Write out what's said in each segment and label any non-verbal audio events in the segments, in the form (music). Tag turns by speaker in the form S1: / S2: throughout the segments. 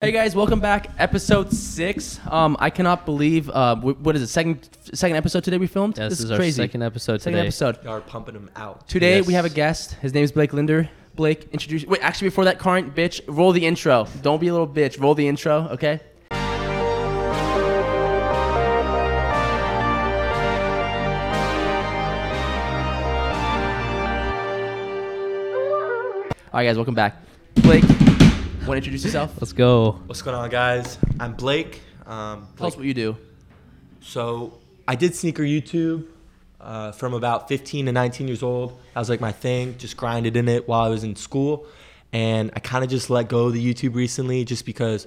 S1: Hey guys, welcome back. Episode six. Um, I cannot believe. Uh, w- what is it? Second, second episode today we filmed.
S2: Yeah, this, is, our second episode
S1: Second
S2: today.
S1: episode.
S3: Y'all are pumping them out.
S1: Today we
S2: Yes.
S1: have a guest. His name is Blake Linder. Blake, introduce. Wait, actually, before that, current bitch, roll the intro. Don't be a little bitch. Roll the intro, okay? All right, guys, welcome back. Blake, want to introduce yourself?
S2: Let's go.
S3: What's going on, guys? I'm Blake. Um,
S1: Tell us
S3: Blake-
S1: what you do.
S3: So I did sneaker YouTube uh, from about 15 to 19 years old. That was like my thing. Just grinded in it while I was in school, and I kind of just let go of the YouTube recently, just because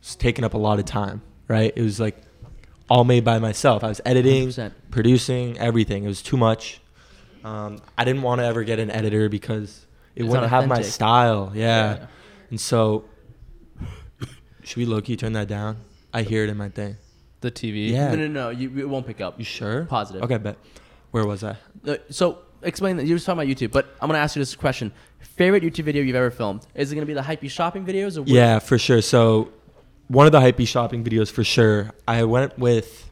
S3: it's taking up a lot of time. Right? It was like all made by myself. I was editing,
S1: 100%.
S3: producing, everything. It was too much. Um, I didn't want to ever get an editor because it
S1: It's
S3: wouldn't
S1: not
S3: have my
S1: authentic.
S3: style. Yeah.
S1: Yeah.
S3: And so, should we low key turn that down? I hear it in my thing.
S2: The TV.
S3: Yeah.
S1: No, no, no. You, it won't pick up.
S3: You sure?
S1: Positive.
S3: Okay, bet. Where was I?
S1: Uh, So explain that. You were talking about YouTube, but I'm gonna ask you this question: favorite YouTube video you've ever filmed? Is it gonna be the hypey shopping videos? Or what?
S3: Yeah, for sure. So, one of the hypey shopping videos for sure. I went with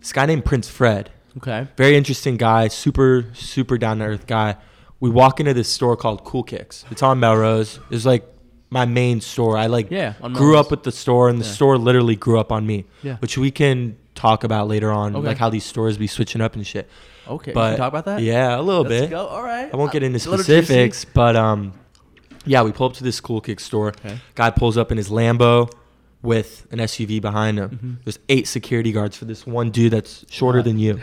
S3: this guy named Prince Fred.
S1: Okay.
S3: Very interesting guy. Super, super down to earth guy. We walk into this store called Cool Kicks. It's on Melrose. It's like my main store. I like
S1: Yeah, on
S3: grew
S1: Melrose.
S3: up with the store, and the
S1: Yeah.
S3: store literally grew up on me.
S1: Yeah.
S3: Which we can talk about later on,
S1: Okay.
S3: like how these stores be switching up and shit.
S1: Okay.
S3: But
S1: can we talk about that.
S3: Yeah, a little
S1: Let's
S3: bit.
S1: go. All right.
S3: I won't get into
S1: It's a little juicy.
S3: specifics, but um, yeah, we pull up to this cool kick store.
S1: Okay.
S3: Guy pulls up in his Lambo with an SUV behind him.
S1: Mhm.
S3: There's eight security guards for this one dude that's shorter
S1: Wow.
S3: than you.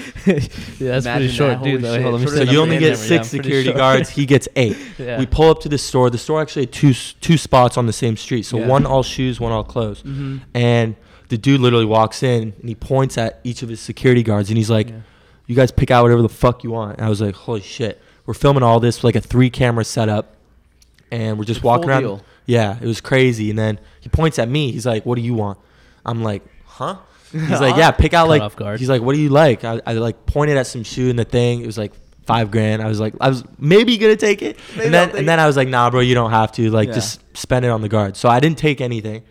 S2: yeah, that's
S1: Imagine
S2: pretty short,
S1: that, holy
S2: dude. Though.
S1: shit.
S2: Hold on, let me
S1: Shorter
S2: see
S3: So
S1: than
S2: that
S3: you
S1: I'm
S3: only
S1: in
S2: man
S3: get
S1: right
S2: camera.
S3: six
S2: Yeah, I'm pretty
S3: security
S2: short.
S3: guards. He gets eight.
S2: yeah.
S3: We pull up to the store. The store actually had two s- two spots on the same street. So
S2: Yeah.
S3: one all shoes, one all clothes.
S1: Mhm.
S3: And the dude literally walks in and he points at each of his security guards and he's like,
S1: Yeah.
S3: "You guys pick out whatever the fuck you want." And I was like, "Holy shit!" We're filming all this with like a three camera setup, and we're just
S1: The full
S3: walking around.
S1: deal.
S3: Yeah, it was crazy. And then he points at me. He's like, "What do you want?" I'm like, "Huh."
S1: (laughs)
S3: He's like, yeah, pick out
S2: Caught
S3: like.
S2: off guard.
S3: He's like, what do you like? I, I like pointed at some shoe in the thing. It was like five grand. I was like, I was maybe gonna take it,
S1: Maybe
S3: and then
S1: I'll take
S3: and then I was like, nah, bro, you don't have to. Like,
S1: Yeah.
S3: just spend it on the guard. So I didn't take anything,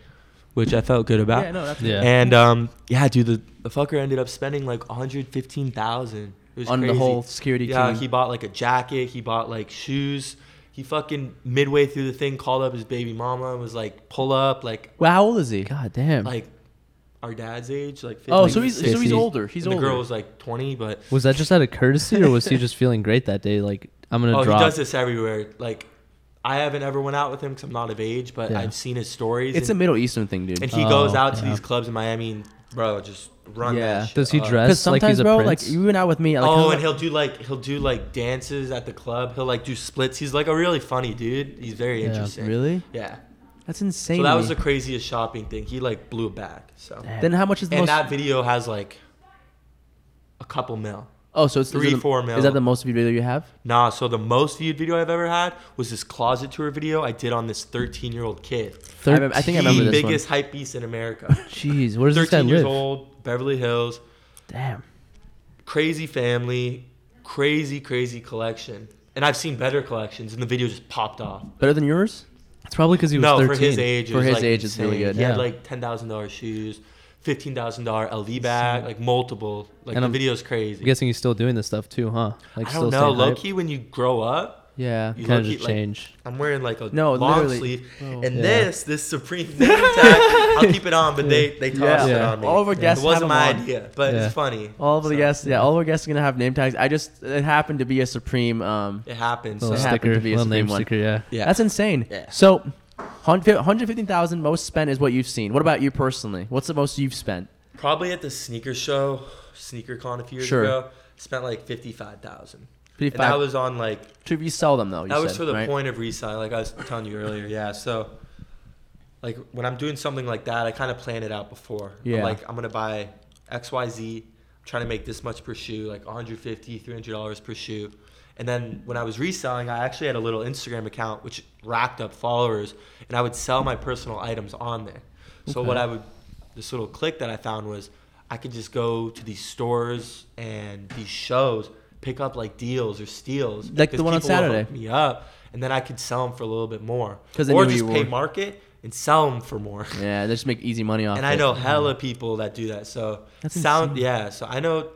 S3: which I felt good about.
S1: Yeah. No. That's
S2: Yeah.
S3: And um, yeah, dude, the, the fucker ended up spending like one hundred fifteen thousand. It was
S1: On the
S3: crazy.
S1: whole security
S3: Yeah,
S1: team.
S3: he bought like a jacket. He bought like shoes. He fucking midway through the thing called up his baby mama and was like, pull up, like
S1: Well, how old is he?
S2: God damn.
S3: like our dad's age, like 15,
S1: Oh, so he's so he's
S2: 50.
S1: older. He's
S3: and
S1: older.
S3: the girl was like 20, but
S2: was that just out of courtesy, or was he just feeling great that day? Like, I'm gonna
S3: oh,
S2: drop.
S3: he does this everywhere. Like, I haven't ever went out with him because I'm not of age, but
S2: Yeah.
S3: I've seen his stories.
S1: it's a
S3: and,
S1: Middle Eastern thing, dude.
S3: and he goes
S2: Oh,
S3: out to
S2: yeah.
S3: these clubs in Miami, and bro, just run.
S1: Yeah.
S3: that shit
S2: Does he
S3: up.
S2: dress
S1: Because
S2: like
S1: Uh, sometimes,
S2: he's a
S1: bro,
S2: prince?
S1: like you went out with me. Like,
S3: oh,
S1: kinda-
S3: and he'll do like he'll do like dances at the club. He'll like do splits. He's like a really funny dude. He's very
S2: Yeah.
S3: interesting.
S1: really.
S3: Yeah.
S1: That's insane.
S3: So that
S1: to
S3: was
S1: me.
S3: the craziest shopping thing. He like blew it back. So
S2: Damn.
S1: Then how much is the
S3: and
S1: most?
S3: that video has like a couple mil.
S1: oh, so it's
S3: three,
S1: is it the-
S3: four
S1: Is
S3: mil.
S1: that the most video you have?
S3: Nah, so the most viewed video I've ever had was this closet tour video I did on this 13 year old kid.
S1: I remember- I think I remember
S3: the
S1: this one.
S3: biggest hype beast in America.
S2: Jeez, where does this guy
S3: 13 years
S2: live?
S3: old, Beverly Hills,
S2: Damn.
S3: crazy family, crazy, crazy collection. And I've seen better collections, and the video just popped off.
S1: Better than yours?
S2: It's probably because he was
S3: No,
S2: 13.
S3: for his age, it
S1: For
S3: was,
S1: his
S3: like,
S1: age, it's really
S3: insane.
S1: good,
S3: He
S2: yeah.
S3: had like ten thousand dollars shoes, fifteen thousand dollar LV bag, like multiple. Like
S2: And
S3: the
S2: I'm-
S3: video's
S2: I'm
S3: crazy.
S2: guessing he's still doing this stuff too, huh? Like,
S3: I
S2: still
S3: don't know,
S2: staying
S3: low
S2: hype?
S3: key. When you grow up,
S2: Yeah,
S3: You
S2: kind of
S3: low-key,
S2: just
S3: like-
S2: change.
S3: I'm wearing like a
S1: No,
S3: long
S1: literally. Oh.
S3: sleeve,
S1: Bro.
S3: and
S2: Yeah.
S3: this this Supreme name tag. I'll keep it on, but they they tossed it
S2: Yeah.
S3: on me.
S1: All of our guests
S3: it
S1: have
S3: wasn't my
S1: 'em on.
S3: idea, but
S2: Yeah.
S3: it's funny.
S1: All of the
S3: So,
S1: guests, yeah, all of our guests are gonna have name tags. I just it happened to be a Supreme. Um,
S3: It happens.
S2: Little
S1: It
S3: so-
S1: happened
S2: sticker,
S1: to be a
S2: little
S1: Supreme
S2: name
S1: one.
S2: sticker, yeah.
S3: Yeah.
S1: that's insane.
S3: Yeah.
S1: So, hundred hundred fifteen thousand most spent is what you've seen. What about you personally? What's the most you've spent?
S3: Probably at the sneaker show, sneaker con a few years
S1: Sure.
S3: ago, spent like fifty five thousand. And
S1: Fifty
S3: that
S1: five.
S3: was on like
S1: To resell them though. You
S3: that was
S1: said,
S3: for the
S1: right?
S3: point of resale, like I was telling you earlier. Yeah, so like when I'm doing something like that, I kind of plan it out before. I'm
S1: Yeah.
S3: like I'm gonna buy X Y Z, trying to make this much per shoe, like 150, 300 dollars per shoe. And then when I was reselling, I actually had a little Instagram account which racked up followers, and I would sell my personal items on there. So what
S2: Okay.
S3: I would, this little click that I found was, I could just go to these stores and these shows, pick up like deals or steals,
S1: Like the
S3: 'cause
S1: one on
S3: people will hook
S1: Saturday.
S3: me up, and then I could sell them for a little bit more,
S1: 'Cause they
S3: or
S1: knew
S3: just
S1: you
S3: pay
S1: were-
S3: market and sell them
S1: (laughs)
S3: for more.
S1: Yeah, they just make easy money off.
S3: and I
S1: it.
S3: know hella people that do that. So
S2: That's
S3: sound
S2: insane.
S3: yeah. So I know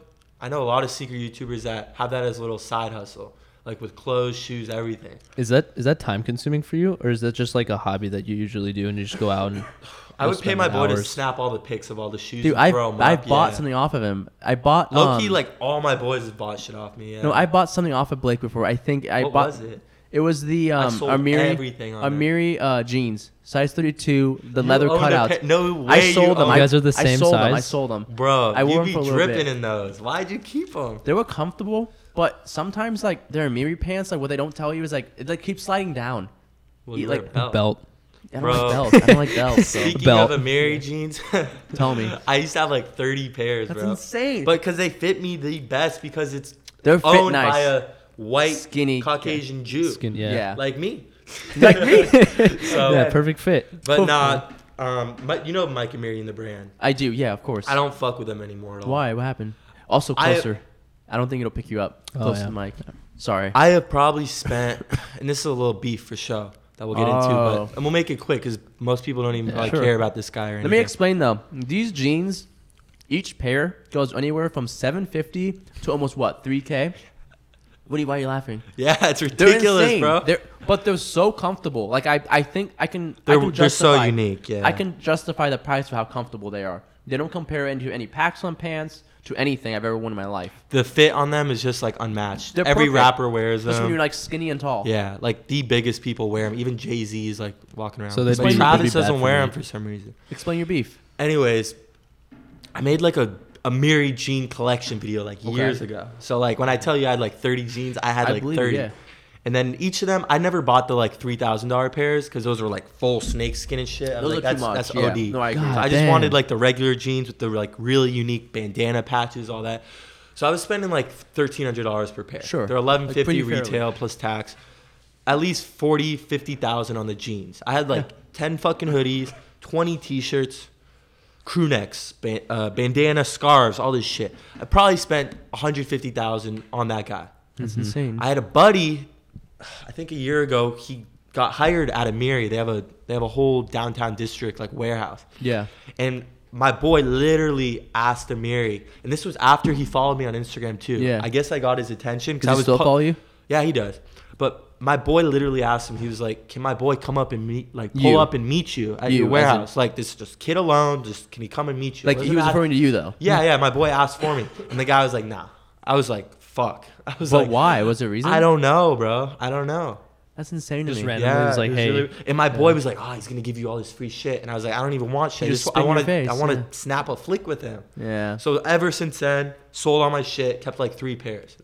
S3: I know a lot of sneaker YouTubers that have that as a little side hustle, like with clothes, shoes, everything.
S2: Is that is that time consuming for you, or is that just like a hobby that you usually do and you just go out and?
S3: (sighs) I
S2: you'll
S3: would pay
S2: spend
S3: my boy to
S2: hours?
S3: snap all the pics of all the shoes.
S1: Dude,
S3: and
S1: I
S3: throw 'em
S1: I
S3: up,
S1: bought
S3: yeah.
S1: something off of him. I bought
S3: Low key,
S1: um,
S3: like all my boys have bought shit off me. Yeah.
S1: no, I bought something off of Blake before. I think I
S3: what
S1: bought
S3: was it?
S1: It was the um,
S3: sold
S1: Amiri,
S3: everything on it.
S1: Amiri uh, jeans, size 32, the
S3: You
S1: leather
S3: owned a
S1: cutouts.
S3: pa- Oh, no way.
S1: I sold them.
S2: owned-
S1: I,
S2: You guys are the
S1: I
S2: same
S1: sold Them. I
S2: size?
S1: sold them.
S3: bro.
S1: I
S3: I
S1: wore
S3: you
S1: 'em
S3: be
S1: for a little
S3: dripping
S1: bit.
S3: in those. Why'd you keep them?
S1: They were comfortable, but sometimes like their Amiri pants, like what they don't tell you is like it like keeps sliding down.
S3: Well,
S1: You
S3: you wear
S1: like-
S3: a belt.
S2: Belt.
S1: I don't
S3: Bro.
S1: like belts. I don't like
S3: (laughs)
S1: belts. bro.
S3: Speaking
S2: Belt.
S3: of Amiri jeans, (laughs)
S1: Tell me.
S3: I used to have like 30 pairs,
S1: That's
S3: bro.
S1: insane.
S3: But because they fit me the best because it's
S1: They're fit
S3: owned
S1: nice.
S3: by a white
S1: Skinny-
S3: Caucasian Jew.
S2: Skin.
S1: Yeah.
S2: Yeah.
S3: Like me.
S1: (laughs) like me.
S3: (laughs) So,
S2: yeah. Perfect fit.
S3: But not um but you know Mike and Miriam the brand.
S1: I do. Yeah, of course.
S3: I don't fuck with them anymore at all.
S1: Why? What happened? Also
S3: I-
S1: closer. I, don't think it'll pick you up.
S2: Oh,
S1: Close
S2: yeah.
S1: to the mic. Sorry.
S3: I have probably spent (laughs) and this is a little beef for show that we'll get into,
S1: Oh.
S3: but and we'll make it quick because most people don't even
S2: Yeah,
S3: like
S2: sure.
S3: care about this guy or
S1: Let
S3: anything.
S1: me explain though. These jeans, each pair goes anywhere from 750 to almost what 3k. What are you? Why are you laughing?
S3: (laughs) Yeah, it's
S1: They're
S3: ridiculous,
S1: insane,
S3: bro.
S1: They're, but they're so comfortable. Like I, I think I can. I
S3: They're-
S1: can
S3: they're so
S1: justify-
S3: unique, yeah.
S1: I can justify the price for how comfortable they are. They don't compare into any Paxson pants to anything I've ever worn in my life.
S3: the fit on them is just like unmatched.
S1: They're
S3: Every
S1: perfect.
S3: rapper wears
S1: Especially when
S3: them.
S1: you're like skinny and tall.
S3: yeah, like the biggest people wear them. Even Jay Z is like walking around.
S2: So
S3: with
S2: they'd
S1: be-
S3: them. but
S1: they'd
S3: Travis
S2: be bad
S3: doesn't
S2: for me.
S3: wear them for some reason.
S1: Explain your beef.
S3: Anyways, I made like a a Miri jean collection video like
S1: Okay.
S3: years ago. So like when I tell you I had like 30 jeans, I had
S1: I
S3: like
S1: believe you,
S3: 30.
S1: yeah.
S3: And then each of them, I never bought the like three thousand dollar pairs because those were like full snakeskin and shit. I
S1: Those
S3: was like,
S1: are too
S3: that's,
S1: much.
S3: That's
S1: yeah.
S3: OD.
S1: No, I agree.
S2: God.
S3: So I just
S2: damn.
S3: wanted like the regular jeans with the like really unique bandana patches, all that. So I was spending like thirteen hundred dollars per pair.
S1: Sure.
S3: they're eleven fifty
S1: pretty fairly.
S3: retail plus tax. At least 40, 50,000 on the jeans. I had like ten fucking hoodies, twenty t-shirts, crew necks, ban- uh, bandana scarves, all this shit. I probably spent one hundred fifty thousand on that guy.
S1: That's
S2: Mm-hmm.
S1: insane.
S3: I had a buddy, I think a year ago, he got hired at Amiri. They have a they have a whole downtown district like warehouse.
S1: yeah.
S3: And my boy literally asked Amiri, and this was after he followed me on Instagram too.
S1: Yeah.
S3: I guess I got his attention
S1: Does
S3: I
S1: he
S3: was
S1: still
S3: pu-
S1: follow you?
S3: Yeah, he does. But my boy literally asked him. He was like, "Can my boy come up and meet, like, pull
S1: You.
S3: up and meet you at
S1: You, as
S3: your
S1: in-
S3: warehouse? Like, this just kid alone. Just can he come and meet you?
S1: Like
S3: Wasn't
S1: he was
S3: ask-
S1: referring to you though.
S3: yeah, yeah. My boy asked for me, and the guy was like, "Nah." I was like, "Fuck." (laughs) I was
S1: But
S3: like,
S1: why? Was there a reason?
S3: I don't know, bro. I don't know.
S1: That's insane to
S2: Just
S1: me.
S2: ran- And
S3: yeah,
S2: it was like,
S3: it
S2: hey.
S3: and my boy was like, "Oh, he's gonna give you all this free shit," and I was like, "I don't even want shit. I
S1: You just
S3: just, I
S1: spit in
S3: want
S1: your
S3: to,
S1: face,
S3: I want to
S1: yeah.
S3: snap a flick with him."
S1: Yeah.
S3: So ever since then, sold all my shit, kept like three pairs.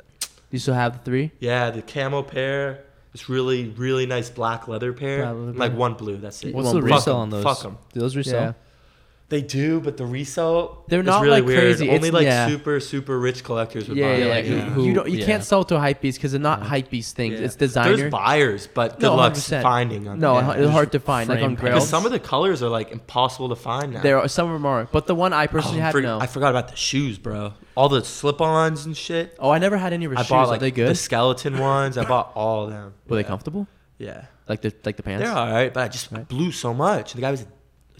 S1: You still have the three?
S3: Yeah, the camo pair, this really, really nice black leather pair,
S1: Black leather
S3: and, like
S1: pair.
S3: one blue. That's it.
S2: What's
S1: want
S2: the
S1: blue.
S2: resale
S3: Fuck 'em,
S2: on those?
S3: fuck 'em.
S2: Do those resell?
S1: Yeah.
S3: They do, but the resale
S1: They're
S3: is
S1: not,
S3: really
S1: like,
S3: weird.
S1: crazy.
S3: Only
S1: It's-
S3: like
S1: yeah.
S3: super, super rich collectors would
S1: Yeah,
S3: buy.
S1: yeah,
S3: it.
S1: like,
S2: yeah.
S1: You, you don't, you
S2: Yeah.
S1: can't sell to hype because they're not hype beast things.
S3: Yeah.
S1: It's designer.
S3: There's buyers, but good
S1: No,
S3: luck
S1: 100%.
S3: finding them.
S1: no,
S3: Yeah.
S1: it's hard to find. Like
S2: frame
S1: on
S2: packs.
S1: Grail,
S3: Because some of the colors are like impossible to find now.
S1: there are some of them are, but the one I
S3: Oh,
S1: personally
S3: I
S1: had
S3: forg-
S1: no.
S3: I forgot about the shoes, bro. All the slip-ons and shit.
S1: oh, I never had any of her
S3: I
S1: shoes.
S3: bought
S1: are
S3: like
S1: they good?
S3: the skeleton ones. I bought all of them.
S1: Were they
S3: Yeah.
S1: comfortable?
S3: Yeah,
S1: Like the like the pants?
S3: they're all right, but I just
S1: Right.
S3: blew so much. The guy was a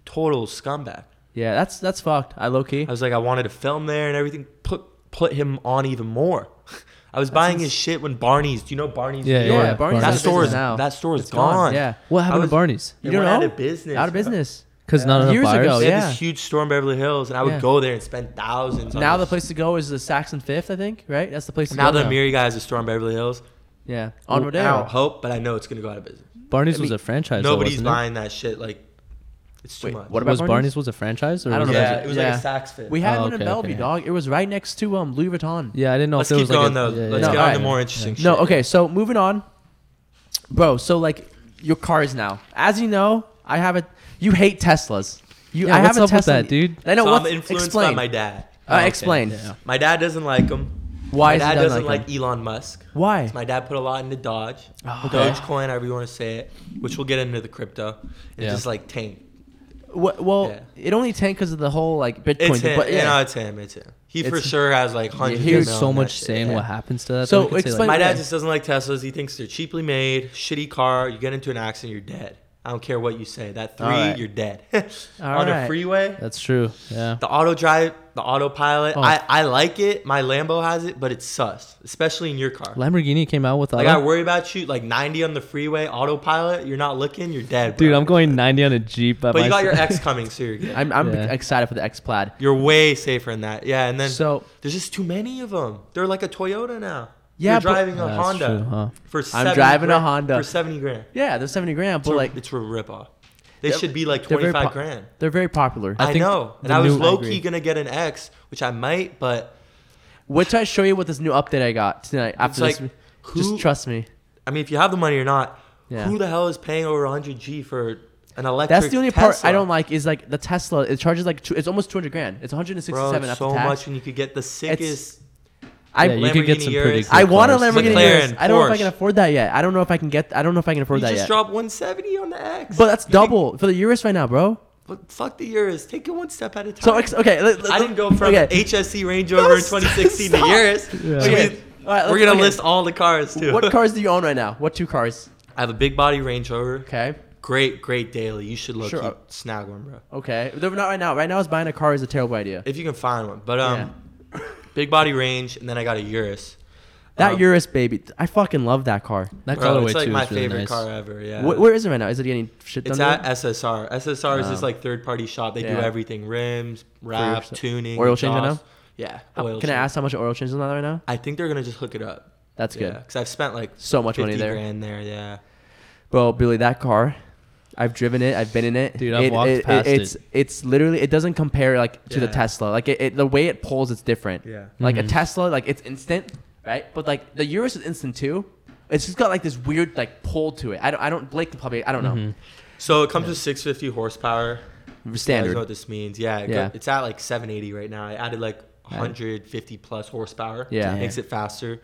S3: total scumbag.
S1: Yeah, that's that's fucked. I low key.
S3: I was like, I wanted to film there and everything. Put put him on even more. (laughs) I was buying his shit when Barney's. Do you know Barney's?
S2: Yeah,
S3: New
S1: yeah,
S3: York?
S2: yeah,
S1: Barney's
S3: that
S1: out of
S3: store is
S1: business now.
S3: that store is
S1: It's
S3: gone.
S1: Yeah,
S2: What happened
S3: was-
S2: to Barney's?
S3: They
S1: You don't
S3: went out
S1: know?
S3: of business.
S1: out of
S3: bro.
S1: business.
S2: Because
S3: Yeah.
S2: not enough
S1: Years
S2: buyers.
S1: ago,
S3: They had
S1: Yeah.
S3: this huge store in Beverly Hills, and I would
S1: Yeah.
S3: go there and spend thousands. on
S1: Now
S3: this
S1: the place to go is the Saxon Fifth, I think. Right? That's the place to
S3: Now
S1: go.
S3: the Amiri guy has a store in Beverly Hills.
S1: Yeah, on
S3: I don't
S1: Rodeo.
S3: hope, but I know it's gonna go out of business.
S2: Barney's
S1: I
S2: was
S1: mean,
S2: a franchise. though,
S3: Nobody's
S2: wasn't it?
S3: buying that shit. Like, it's too
S1: Wait,
S3: much.
S1: what about
S2: Was
S1: Barney's?
S2: Barney's? was a franchise? Or
S1: I don't
S2: was
S1: know.
S2: it-
S3: Yeah, it was like
S1: Yeah.
S3: a sax fit.
S1: We had
S2: Oh,
S1: one in
S2: okay,
S1: Bellevue,
S2: okay.
S1: dog. It was right next to um Louis Vuitton.
S2: Yeah, I didn't know
S3: Let's
S2: if it
S3: keep
S2: was like
S3: going
S2: a,
S3: though.
S2: yeah,
S3: Let's
S1: No,
S2: yeah,
S3: get
S2: yeah.
S3: on to
S1: alright.
S3: more interesting shit.
S1: No, okay, so moving on. Bro, so like your cars now. As you know, I have a you hate Teslas. You
S2: Yeah,
S1: I have
S2: what's
S1: a
S2: up with
S1: Tesla.
S2: that, dude?
S1: I know
S3: so
S1: what
S3: I'm influenced
S1: explain.
S3: by my dad.
S1: Uh,
S2: Oh, okay.
S1: explain.
S2: Yeah.
S3: My dad doesn't like him.
S1: Why
S3: my
S1: is he
S3: dad
S1: done
S3: doesn't
S1: like
S3: like, Elon Musk.
S1: Why? Oh.
S3: My dad put a lot into Dodge,
S1: okay.
S3: Dogecoin, however you want to say it, which we'll get into the crypto. It
S2: Yeah.
S3: just like tanked.
S1: Wha- well,
S3: Yeah.
S1: it only tanked because of the whole like Bitcoin
S3: It's
S1: thing.
S3: him.
S1: But yeah.
S3: No, it's him. It's him. He for
S1: It's-
S3: sure has like
S2: You
S3: hundreds.
S2: hear
S3: of mil
S2: so
S3: on that
S2: much
S3: shit,
S2: saying
S3: yeah.
S2: what happens to that.
S1: So,
S2: we could say,
S1: explain-
S2: like,
S3: My dad
S1: Yeah.
S3: just doesn't like Teslas. He thinks they're cheaply made, shitty car. You get into an accident, you're dead. I don't care what you say. That 3
S1: All right.
S3: you're dead. (laughs)
S1: All
S3: On
S1: right.
S3: a freeway,
S2: That's true. Yeah.
S3: the auto drive, the autopilot.
S2: Oh.
S3: I, I like it. My Lambo has it, but it's sus, especially in your car.
S2: Lamborghini came out with
S3: Like I
S2: auto-
S3: worry about you, like 90 on the freeway, autopilot. You're not looking, you're dead,
S2: Dude,
S3: bro.
S2: I'm going 90 on a Jeep. By
S3: But you got your
S1: (laughs)
S2: myself.
S3: X coming, so you're good.
S1: I'm, I'm
S2: Yeah.
S1: excited for the X Plaid.
S3: You're way safer in that. Yeah, and then
S1: So
S3: there's just too many of them. They're like a Toyota now.
S1: Yeah,
S3: you're
S1: but-
S3: driving a
S2: Yeah, that's
S3: Honda
S2: true, huh?
S3: for. 70
S1: driving a
S3: grand-
S1: Honda.
S3: for 70 grand.
S1: yeah, they're seventy grand,
S3: It's
S1: but
S3: a,
S1: like
S3: it's a ripoff. They
S1: They're-
S3: should be like
S1: they're very
S3: 25
S1: po-
S3: grand.
S1: they're very popular.
S3: I,
S2: think
S3: know, and
S2: the
S3: I was
S2: new- I
S3: low
S2: agree.
S3: key gonna get an X, which I might, but
S1: Which I show you with this new update I got tonight. After
S3: like,
S1: this,
S3: who-
S1: just trust me.
S3: I mean, if you have the money or not,
S1: Yeah.
S3: who the hell is paying over 100 G for an electric?
S1: That's the only part I
S3: Tesla?
S1: don't like is like the Tesla. It charges like two, it's almost two hundred grand. It's one hundred and
S3: Bro,
S1: sixty-seven after
S3: so
S1: tax.
S3: much, and you could get the sickest.
S1: I
S2: Yeah, you could get
S3: Lamborghini
S2: some pretty
S3: Urus.
S2: cool
S1: I want a
S2: cars.
S1: Lamborghini.
S3: McLaren,
S1: Urus. I don't know if I
S3: Porsche.
S1: can afford that yet. I don't know if I can get. I don't know if I can afford
S3: You
S1: that
S3: just
S1: yet.
S3: dropped 170 on the X.
S1: but that's
S3: You could-
S1: double for the Urus right now, bro.
S3: but fuck the Urus. Take it one step at a time.
S1: So ex- okay, let, let-
S3: I didn't go from
S1: okay.
S3: HSC Range Rover in 2016 to
S1: Stop.
S3: Urus.
S2: Yeah.
S3: I
S1: Okay.
S3: mean,
S1: All right,
S3: we're
S1: let's-
S3: gonna
S1: okay.
S3: list all the cars too. (laughs)
S1: What cars do you own right now? What two cars?
S3: I have a big body Range Rover.
S1: Okay,
S3: Great, great daily. You should look
S1: Sure. uh,
S3: up snag one, bro.
S1: okay. They're not right now. Right now, is buying a car is a terrible idea.
S3: If you can find one. But um, big body range, and then I got a Urus.
S1: That
S3: um,
S1: Urus baby, I fucking love that car.
S2: That
S3: Bro,
S2: colorway
S3: it's like
S2: too
S3: my
S2: is really
S3: favorite
S2: nice.
S3: car ever. Yeah.
S1: Wh- where is it right now? Is it getting shit done?
S3: It's
S1: to
S3: at
S1: it?
S3: SSR. SSR is this
S1: Oh.
S3: like third party shop. They do
S1: Yeah.
S3: everything: rims, wrap,
S1: yourself.
S3: tuning,
S1: Oil change, I
S3: exhaust.
S1: know?
S3: Yeah.
S1: How-
S3: oil
S1: Uh, Can I
S3: change.
S1: ask how much oil change is on that right now?
S3: I think they're gonna just hook it up.
S1: That's good.
S3: Because I've spent like
S1: So much
S3: 50
S1: money there.
S3: Grand there. Yeah.
S1: Bro, Billy, that car, I've driven it. I've been in it.
S2: Dude, I've walked past
S1: it's,
S2: it.
S1: It's literally it doesn't compare like to the
S3: Yeah.
S1: Tesla. Like it, it, the way it pulls, it's different.
S3: Yeah.
S1: Like a
S2: Mhm.
S1: Tesla, like it's instant, right? But like the Urus is instant too. It's just got like this weird like pull to it. I don't, I don't. Blake can probably, I don't know.
S2: Mm-hmm.
S3: So it comes with 650 horsepower. You guys know
S1: Standard.
S3: what this means. Yeah, it go-
S1: Yeah.
S3: it's at like 780 right now. I added like 150 plus horsepower.
S1: Yeah.
S3: It makes it faster.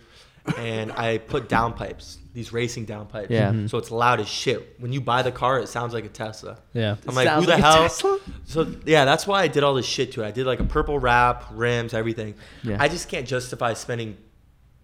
S3: And I put downpipes, these racing downpipes.
S1: Yeah.
S3: So it's loud as shit. When you buy the car, it sounds like a Tesla.
S2: Yeah.
S3: I'm like,
S1: Sounds
S3: who the
S1: like a
S3: hell?
S1: Tesla?
S3: So yeah, that's why I did all this shit to it. I did like a purple wrap, rims, everything.
S1: Yeah.
S3: I just can't justify spending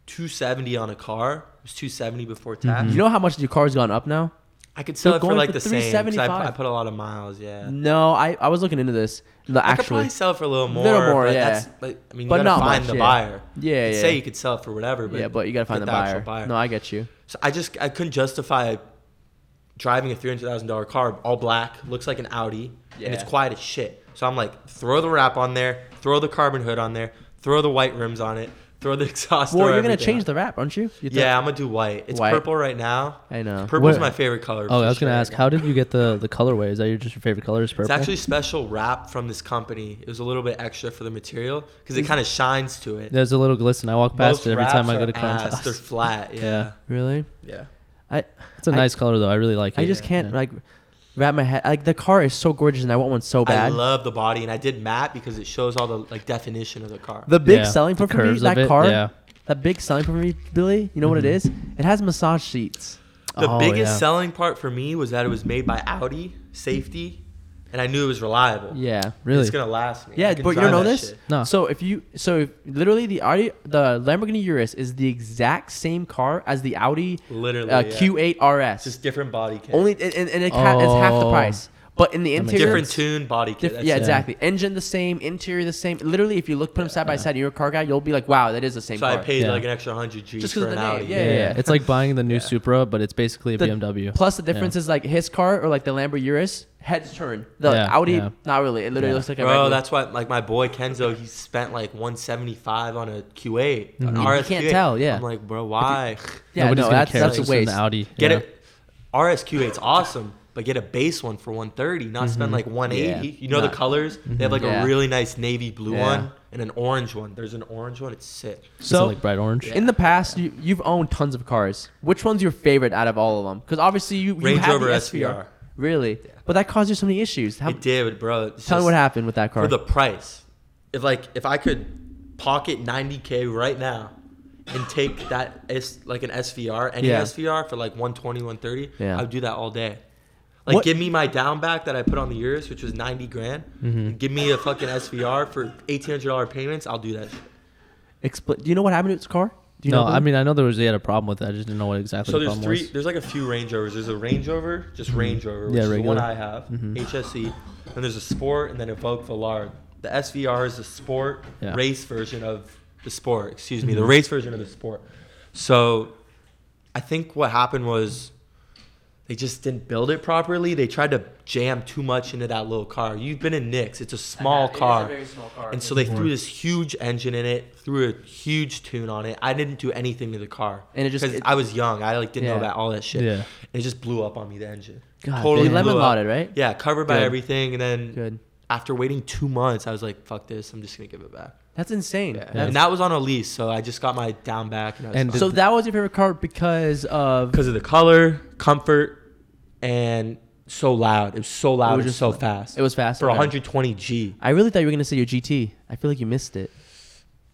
S3: 270 on a car. It was 270 before tax.
S1: You know how much your car's gone up now?
S3: I could sell
S1: They're
S3: it for
S1: going
S3: like
S1: for
S3: the same. 'cause I, pu-
S1: 375.
S3: I put a lot of miles. Yeah.
S1: No, I, I was looking into this. The
S3: I could probably
S1: Mm-hmm. actually,
S3: sell it for a little more.
S1: Little more,
S3: but
S1: yeah.
S3: That's, but, I mean, you
S1: But
S3: gotta
S1: not
S3: find
S1: much,
S3: the
S1: yeah.
S3: buyer.
S1: Yeah,
S3: You
S1: yeah.
S3: Say you could sell it for whatever, but
S1: yeah, but you gotta find the,
S3: but
S1: buyer.
S3: actual buyer.
S1: No, I get you.
S3: So I just I couldn't justify driving a three hundred thousand dollar car, all black, looks like an Audi, and it's
S1: Yeah.
S3: quiet as shit. So I'm like, throw the wrap on there, throw the carbon hood on there, throw the white rims on it, throw the (laughs) exhaust.
S1: Well,
S3: throw
S1: you're gonna
S3: everything
S1: change
S3: on.
S1: the wrap, aren't you? You
S3: Yeah, I'm gonna do white. It's
S1: White.
S3: purple right now.
S1: I know.
S3: Purple's
S2: What-
S3: my favorite color.
S2: Oh,
S3: for
S2: I was gonna
S3: sure.
S2: ask, how did you get the the colorway? Is that your just your favorite color? Is purple?
S3: It's actually special wrap from this company. It was a little bit extra for the material because it kind of shines to it.
S2: There's a little glisten. I walk past
S3: Most
S2: it every
S3: wraps
S2: time I go
S3: are
S2: to
S3: ass.
S2: contest.
S3: They're flat. Yeah.
S2: (laughs) Yeah.
S1: Really?
S3: Yeah.
S1: I
S2: It's a
S1: I-
S2: nice color though. I really like it.
S1: I just can't
S2: Yeah.
S1: like wrap my head. Like the car is so gorgeous, and I want one so
S3: I
S1: bad.
S3: love the body, and I did matte because it shows all the like definition of the car.
S1: the big
S2: Yeah,
S1: selling
S2: the
S1: point for me
S2: curves of
S1: that
S2: it,
S1: car.
S2: yeah.
S1: That big selling point for me, Billy. You know what it
S3: Mm-hmm.
S1: is? It has massage seats.
S3: The
S2: Oh,
S3: biggest
S2: yeah.
S3: selling part for me was that it was made by Audi, safety, and I knew it was reliable.
S1: Yeah.
S2: really.
S3: It's gonna last me. I
S1: Yeah,
S3: can
S1: but you
S3: drive
S1: don't know
S3: that
S1: this.
S3: shit.
S2: No.
S1: So if you, so if literally the Audi, the Lamborghini Urus is the exact same car as the Audi
S3: Literally,
S1: uh,
S3: yeah.
S1: Q8 RS.
S3: It's just different body kit.
S1: Only and, and, and it ca- it's half the
S2: Oh.
S1: price. But in the
S2: That makes
S1: interior,
S3: different tune body kit.
S1: Diff-
S3: that's
S1: yeah,
S3: it.
S1: exactly. Engine the same, interior the same. Literally, if you look put them side by side, and you're a car guy, you'll be like, wow, that is the same
S3: So I
S1: car.
S3: paid
S2: Yeah.
S3: like an extra hundred G
S1: Just 'cause
S3: for
S1: of
S3: an
S1: the name,
S3: Audi.
S1: yeah.
S2: Yeah, yeah, yeah. It's like buying the new
S3: Yeah.
S2: Supra, but it's basically a
S1: The-
S2: BMW.
S1: Plus, the difference is like his car or like the Lamborghini Urus heads turn. The
S2: Yeah,
S1: Audi,
S2: yeah.
S1: not really. It literally
S2: Yeah.
S1: looks like a
S3: Bro,
S1: regular-
S3: that's why like my boy Kenzo, he spent like 175 on a Q8, an
S1: Mhm. You
S3: RS
S1: can't
S3: Q8.
S1: tell, yeah.
S3: I'm like, bro, why?
S1: yeah.
S2: Nobody's
S1: no,
S2: gonna
S1: that's
S2: care.
S1: that's a
S2: It's just an
S1: waste.
S2: Audi.
S3: Get
S2: Yeah.
S3: it? RS Q8's awesome, but get a base one for 130, not spend like 180.
S1: Mm-hmm. Yeah.
S3: You know
S1: Nah.
S3: the colors? They have like
S1: Yeah.
S3: a really nice navy blue
S1: Yeah.
S3: one and an orange one. There's an orange one. It's sick.
S2: Is it
S1: So
S2: like bright orange.
S1: in the past, you you've owned tons of cars. Which one's your favorite out of all of them? Because obviously you, you
S3: Range
S1: had
S3: Rover
S1: the
S3: SVR.
S1: Really, but that caused you so many issues. How,
S3: It did, bro. It's
S1: tell me
S3: just-
S1: what happened with that car.
S3: For the price. If like if I could pocket 90k right now and take that S, like an SVR, any
S1: Yeah.
S3: SVR for like 120, 130,
S1: Yeah.
S3: I would do that all day. Like
S1: What-
S3: give me my down back that I put on the Urus, which was 90 grand.
S1: Mm-hmm.
S3: Give me a fucking SVR for $1800 payments, I'll do that. shit.
S1: Expl- do you know what happened to its car? Do you
S2: no,
S1: know them?
S2: I mean I know there was they had a problem with it. I just didn't know what exactly
S3: So
S2: the
S3: there's
S2: problem
S3: three.
S2: was.
S1: (laughs)
S3: There's like a few Range Rovers. There's a Range Rover, just Range Rover, which
S2: Yeah,
S3: is the one
S2: regular. Mm-hmm.
S3: I have. HSE. Then there's a Sport, and then Evoque Velar. The SVR is the Sport
S2: Yeah. Mm-hmm.
S3: race version of the Sport. Excuse me, the race version of the Sport. So, I think what happened was they just didn't build it properly. They tried to jam too much into that little car. You've been in Nix. It's a small
S1: It is a
S3: car.
S1: very small car.
S3: And so they threw
S2: Mm-hmm.
S3: this huge engine in it, threw a huge tune on it. I didn't do anything to the car.
S1: And it just-
S3: 'Cause
S1: it-
S3: I was young. I like didn't know
S1: Yeah.
S3: about all that shit.
S2: Yeah.
S3: And it just blew up on me the engine.
S2: God
S1: They
S2: damn.
S1: lemon
S3: blew up.
S1: lauded, right?
S3: Yeah, covered by
S1: Good.
S3: everything and then
S1: Good.
S3: after waiting 2 months, I was like fuck this. I'm just going to give it back.
S1: That's insane.
S3: Yeah.
S1: That's-
S3: And that was on a lease, so I just got my down back and,
S2: And
S3: and
S2: did-
S1: so that was your favorite car because of
S3: because of the color, comfort and so loud. It was so
S1: It
S3: loud
S1: was
S3: and
S1: just-
S3: so fast.
S1: It was fast.
S3: for
S1: okay.
S3: 120G.
S1: I really thought you were gonna say your GT. I feel like you missed it.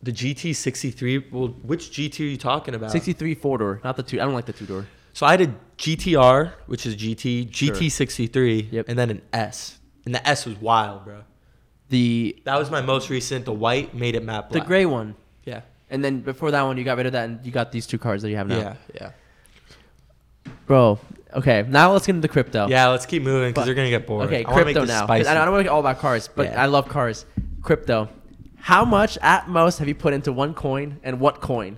S3: The GT63, well which GT are you talking about?
S1: 63 four door, not the two. I don't like the two door.
S3: So I had a GTR, which is GT,
S1: Sure.
S3: GT63,
S1: Yep.
S3: and then an S. And the S was wild, bro.
S1: The
S3: That was my most recent. The white made it matte
S1: the
S3: black.
S1: gray one,
S3: Yeah.
S1: and then before that one, you got rid of that, and you got these two cars that you have now.
S3: Yeah. Yeah.
S1: bro. Okay, now let's get into crypto.
S3: Yeah. Let's keep moving because
S1: But-
S3: you're gonna get bored.
S1: Okay,
S3: I wanna make
S1: crypto
S3: this
S1: now. 'cause
S3: spicy.
S1: I don't want to all about cars, but
S3: Yeah.
S1: I love cars. Crypto. How much at most have you put into one coin, and what coin?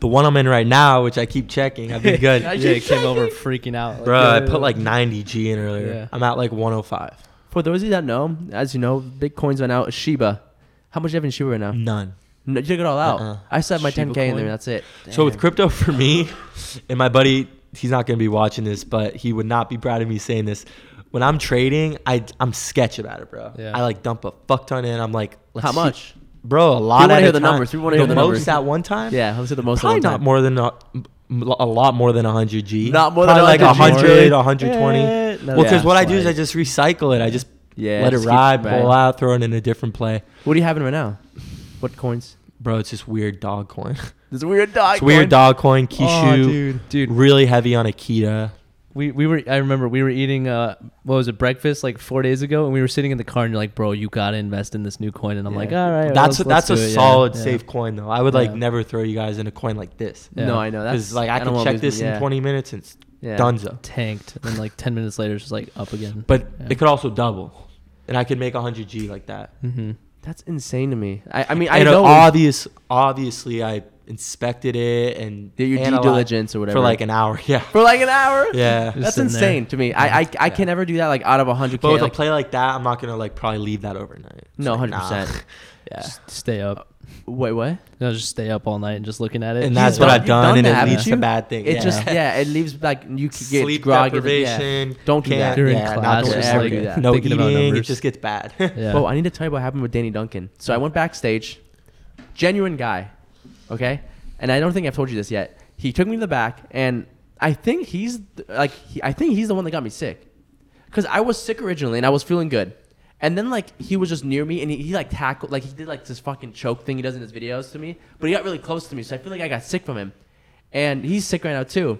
S3: the one I'm in right now, which I keep checking,
S1: (laughs)
S3: I've been good,
S1: I
S2: (laughs) yeah, it
S1: just
S2: came over freaking out. like,
S3: bro.
S2: yeah,
S3: I
S2: yeah,
S3: put like 90 G in earlier.
S2: Yeah.
S3: I'm at like 105.
S1: For those of you that know, as you know, Bitcoin's went out. Shiba. How much do you have in Shiba right now?
S3: None.
S1: No, you took it all out.
S3: Mm. Uh-uh.
S1: I still have my
S2: Shiba
S1: 10K in there.
S2: coin?
S1: That's it.
S3: So with
S1: Damn.
S3: crypto for me, and my buddy, he's not gonna be watching this, but he would not be proud of me saying this. When I'm trading, I I'm sketch about it, bro.
S2: Yeah.
S3: I like dump a fuck ton in. I'm like, let's
S1: how
S3: see-
S1: much?
S3: bro? A lot.
S1: wanna
S3: at a
S1: hear the
S3: time.
S1: numbers. We wanna hear the
S3: most
S1: numbers.
S3: at one time.
S1: Yeah, let's do the most.
S3: probably
S1: Probably
S3: not more than a, a lot more than 100 G.
S1: Not more than
S3: probably like
S1: 100
S2: G.
S3: 100, 120.
S2: Eh, no,
S3: well, because
S2: yeah,
S3: what I do is I
S2: like-
S3: just recycle it. I just
S1: Yeah,
S3: let it
S1: just keep
S3: ride, pull
S1: buying.
S3: out, throw it in a different play.
S1: What are you having right now? What coins?
S3: Bro, it's just weird dog coin. (laughs)
S1: This weird dog.
S3: it's weird dog coin,
S2: Oh,
S3: Kishu.
S2: dude, dude,
S3: really heavy on Akita.
S2: we, we were. I remember we were eating. Uh, what was it? Breakfast like four days ago, and we were sitting in the car, and you're like, "Bro, you gotta invest in this new coin." And I'm
S1: Yeah.
S2: like, "All right,
S3: that's
S2: let's-
S3: that's a
S2: let's do it, yeah,
S3: solid
S2: yeah.
S3: safe coin though. I would like
S2: Yeah.
S3: never throw you guys in a coin like this.
S2: Yeah.
S1: No, I know. That's
S3: Because like I,
S1: don't
S3: can
S1: wanna
S3: check
S1: lose
S3: this
S1: them.
S3: in
S1: Yeah.
S3: 20 minutes and it's
S1: Yeah.
S3: dunzo.
S2: Tanked, and then like ten minutes later, it's just like up again.
S3: But
S2: Yeah.
S3: it could also double, and I could make 100 G like that.
S2: mm-hmm.
S1: That's insane to me. I, I mean, I
S3: (laughs) and
S1: know
S3: obvious, obviously, I inspected it and
S1: did your due
S3: analyzed
S1: diligence or whatever
S3: for like an hour. (laughs) Yeah,
S1: for like an hour.
S3: (laughs) yeah.
S2: Just
S1: That's
S2: sitting there.
S1: insane to me. I I, I can never do that. Like out of 100k.
S3: But with
S1: like-
S3: a play like that, I'm not gonna like probably leave that overnight. It's
S1: no, 100.
S3: like, nah. (laughs)
S1: percent
S3: Yeah.
S2: Just stay up.
S1: Wait, what?
S2: No, just stay up all night and just looking at it.
S3: And
S1: You've
S3: that's what
S1: done-
S3: I've
S1: you've
S3: done,
S1: done
S3: and
S1: that,
S3: it
S1: haven't
S3: leads to
S1: you?
S3: bad things.
S1: It
S3: yeah.
S1: just yeah, it leaves like
S3: (laughs)
S1: you c- get
S3: sleep
S1: groggy. like, yeah.
S3: deprivation.
S1: Don't do
S3: can't-
S1: that.
S2: During
S3: yeah,
S2: class,
S3: (laughs) not
S1: don't
S3: just
S1: ever
S3: like
S1: do that.
S3: No
S2: Thinking about
S3: eating. It
S2: numbers.
S3: just gets bad.
S2: (laughs) Yeah.
S1: Bro, I need to tell you what happened with Danny Duncan. So I went backstage, genuine guy, okay? And I don't think I've told you this yet. He took me to the back, and I think he's th- like, he, I think he's the one that got me sick, because I was sick originally and I was feeling good, and then like he was just near me and he, he like tackled, like he did like this fucking choke thing he does in his videos to me, but he got really close to me, so I feel like I got sick from him, and he's sick right now too.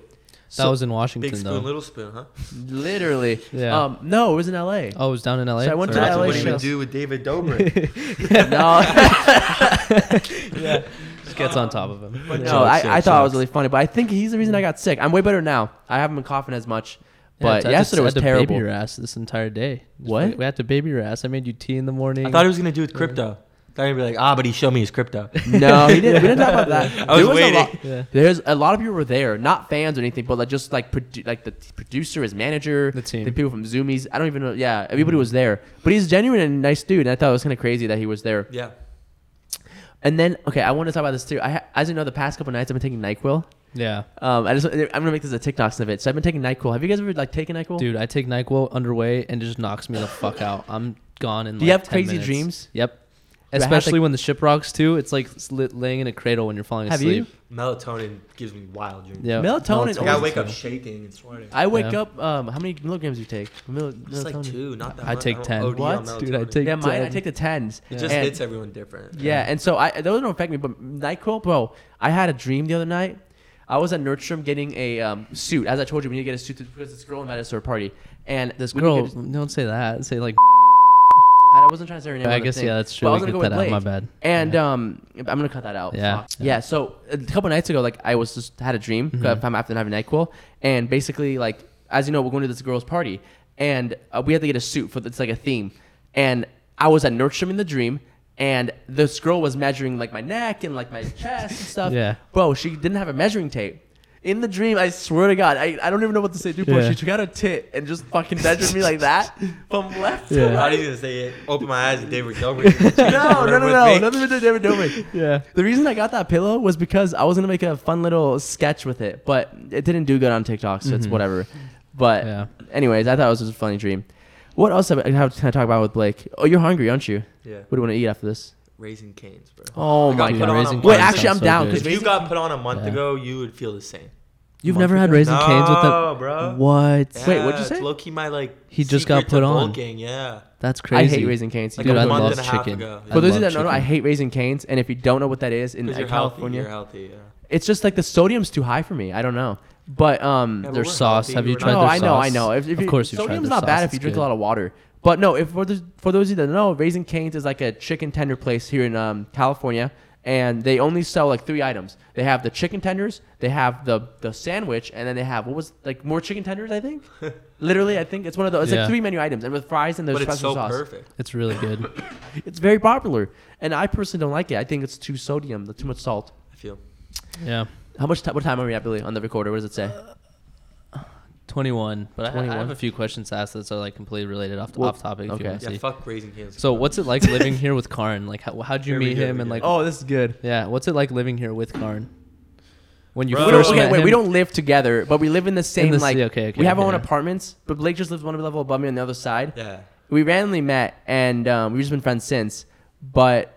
S2: that was in Washington
S3: Big spoon,
S2: though.
S3: little spoon, huh?
S1: literally,
S2: Yeah.
S1: um, no, it was in L.A.
S2: Oh, it was down in L.A.
S1: So I went
S2: Or-
S1: to
S3: That's
S1: LA
S3: what he would
S1: shows.
S3: do with David Dobrik.
S1: (laughs)
S2: (laughs)
S1: No.
S2: Just gets on top
S1: (laughs)
S2: of him.
S3: But
S2: Yeah.
S1: No,
S3: Sucks,
S1: I, I
S3: sucks,
S1: thought it was
S3: sucks.
S1: really funny, but I think he's the
S2: Mm.
S1: reason I got sick. I'm way better now. I haven't been coughing as much, but
S2: I just
S1: yesterday was
S2: had to
S1: terrible.
S2: Baby your ass this entire day. Just
S1: What?
S2: We, we had to baby your ass. I made you tea in the morning.
S3: I thought he was gonna do with crypto. Thought he'd be like, ah, but he showed me his
S2: (laughs)
S3: crypto.
S1: (laughs) No, he didn't. We didn't talk about that.
S3: I was
S1: a
S3: waiting.
S1: lot-
S2: Yeah.
S1: There's a lot of people were there, not fans or anything, but like just like produ- like the t- producer, his manager,
S2: The team.
S1: the people from Zoomies. I don't even know. Yeah, everybody was there, but he's genuine and nice dude, and I thought it was kind of crazy that he was there.
S3: yeah.
S1: And then okay, I want to talk about this too. I ha- as you know, the past couple nights I've been taking Nyquil.
S2: yeah.
S1: Um, I just I'm gonna make this a TikTok snippet. So I've been taking Nyquil. Have you guys ever like taken Nyquil?
S2: Dude, I take NyQuil underway and it just knocks me the fuck out. I'm gone in
S1: Do
S2: like
S1: you have
S2: 10
S1: crazy
S2: minutes.
S1: dreams?
S2: Yep.
S1: I had,
S2: Especially
S1: like-
S2: when the ship rocks too. It's like s- li- laying in a cradle when you're falling
S1: Have you?
S2: asleep.
S3: Melatonin gives me wild dreams.
S2: Yeah.
S1: Melatonin
S3: Like, I
S1: always-
S3: wake up shaking and sweating.
S1: I wake
S2: Yeah.
S1: up. Um, how many milligrams do you take? Mil-
S3: It's like
S1: melatonin.
S3: two, not that
S2: I
S3: much.
S2: take
S3: don't
S2: 10.
S3: OD on
S2: What? Dude, I
S3: melatonin.
S2: take-
S1: Yeah, mine. I
S2: ten.
S1: take the tens.
S3: It just
S1: and,
S3: hits everyone different.
S1: Yeah, and so I those don't affect me. But Nyquil, bro, I had a dream the other night. I was at Nordstrom getting a um, suit. As I told you, we need to get a suit because this girl invited us to her party, and
S2: This
S1: we need to
S2: girl,
S1: get a-
S2: don't say that. Say like.
S1: I wasn't trying to say her name.
S2: I
S1: on the
S2: guess,
S1: thing,
S2: yeah, that's true.
S1: but I
S2: We
S1: was gonna
S2: can
S1: go with
S2: cut that out. My
S1: Blake.
S2: bad.
S1: And
S2: Yeah.
S1: um, I'm gonna cut that out.
S2: Yeah.
S1: Fuck. Yeah. So a couple nights ago, like I was just had a dream.
S2: Mm-hmm.
S1: I'm after having NyQuil, and basically, like as you know, we're going to this girl's party, and uh, we had to get a suit for it's like a theme, and I was at Nordstrom in the dream. And this girl was measuring like my neck and like my chest and stuff.
S2: Yeah.
S1: Bro, she didn't have a measuring tape. In the dream, I swear to God, I, I don't even know what to say, dude. Bro,
S2: Yeah.
S1: she took out a tit and just fucking measured me like that from left to
S2: Yeah.
S1: right.
S2: (laughs)
S3: I was gonna say it. Open my eyes and David Dobrik.
S1: No, no, no, no. Nothing to do with David Dobrik.
S2: Yeah.
S1: The reason I got that pillow was because I was gonna make a fun little sketch with it, but it didn't do good on TikTok, so it's whatever. But
S2: Yeah.
S1: anyways, I thought it was just a funny dream. What else have I have to talk about with Blake? Oh, you're hungry, aren't you?
S3: Yeah.
S1: What do you want to eat after this?
S3: Raising canes, bro.
S1: Oh
S3: I got
S1: my
S3: put
S1: god!
S3: on
S2: Raising
S3: a-
S1: Wait,
S2: Cane's
S1: actually,
S2: sounds
S1: I'm
S2: so
S1: down
S2: good.
S1: because
S3: If you got put on a month
S2: Yeah.
S3: ago, you would feel the same.
S2: You've
S1: Month
S2: never had
S1: ago?
S2: raisin canes with
S3: No,
S2: the
S3: bro.
S2: What?
S1: Wait, what'd you say?
S3: Low key, my like.
S2: He just got
S3: secret to
S2: put on.
S3: bulking, Yeah.
S2: That's
S1: I
S2: crazy.
S1: hate raising canes.
S3: Like
S2: Dude,
S3: a
S2: I
S3: month
S2: love
S3: and a half
S2: chicken.
S3: ago.
S2: I
S1: For
S3: For
S1: those of
S2: love
S1: you that don't know, I
S2: chicken.
S1: hate raising canes, and if you don't know what that is in
S3: Because you're
S1: uh,
S3: California.
S1: California,
S3: Healthy, you're healthy. Yeah.
S1: it's just like the sodium's too high for me. I don't know, but um,
S3: Yeah, but
S2: Their
S3: we're
S2: sauce.
S3: healthy,
S2: Have you
S3: we're
S2: tried
S1: no,
S2: their
S1: I
S2: sauce?
S1: know, I know. If, if
S2: of
S1: you-
S2: course, you've tried
S1: sodium's
S2: their
S1: not
S2: sauce.
S1: bad if
S2: It's
S1: you drink
S2: good.
S1: a lot of water. But no, if for those for those of you that don't know, Raising Cane's is like a chicken tender place here in um, California, and they only sell like three items. They have the chicken tenders, they have the the sandwich, and then they have what was like more chicken tenders, I (laughs) think. Literally, I think it's one of those. It's
S2: Yeah.
S1: like three menu items, and with fries and those
S3: But it's
S1: special
S3: so
S1: sauce.
S3: perfect.
S2: It's really good.
S1: It's very popular, and I personally don't like it. I think it's too sodium, too much salt.
S3: I feel.
S2: Yeah.
S1: How much? T- what time are we at, Billy, on the recorder? What does it say?
S2: 21. But I- I,
S1: 21.
S2: have a few questions to ask that are like completely related off,
S1: Well,
S2: off topic. If
S1: okay.
S2: you want to
S3: Yeah.
S2: see.
S3: Fuck raising canes.
S2: So what's it like living here with Karn? Like how how'd you
S3: Here we
S2: meet
S3: go,
S2: him
S3: here
S2: and
S3: we
S2: like
S3: go.
S1: Oh, this is good.
S2: yeah, what's it like living here with Karn? When you
S3: Bro.
S1: We don't,
S2: first
S1: okay,
S2: met
S1: wait,
S2: him?
S1: we don't live together, but we live in the same
S2: the
S1: like.
S2: ci- okay, okay,
S1: we have our
S2: okay,
S1: own
S2: yeah.
S1: apartments, but Blake just lives one level above me on the other side.
S3: Yeah.
S1: We randomly met, and um, we've just been friends since. But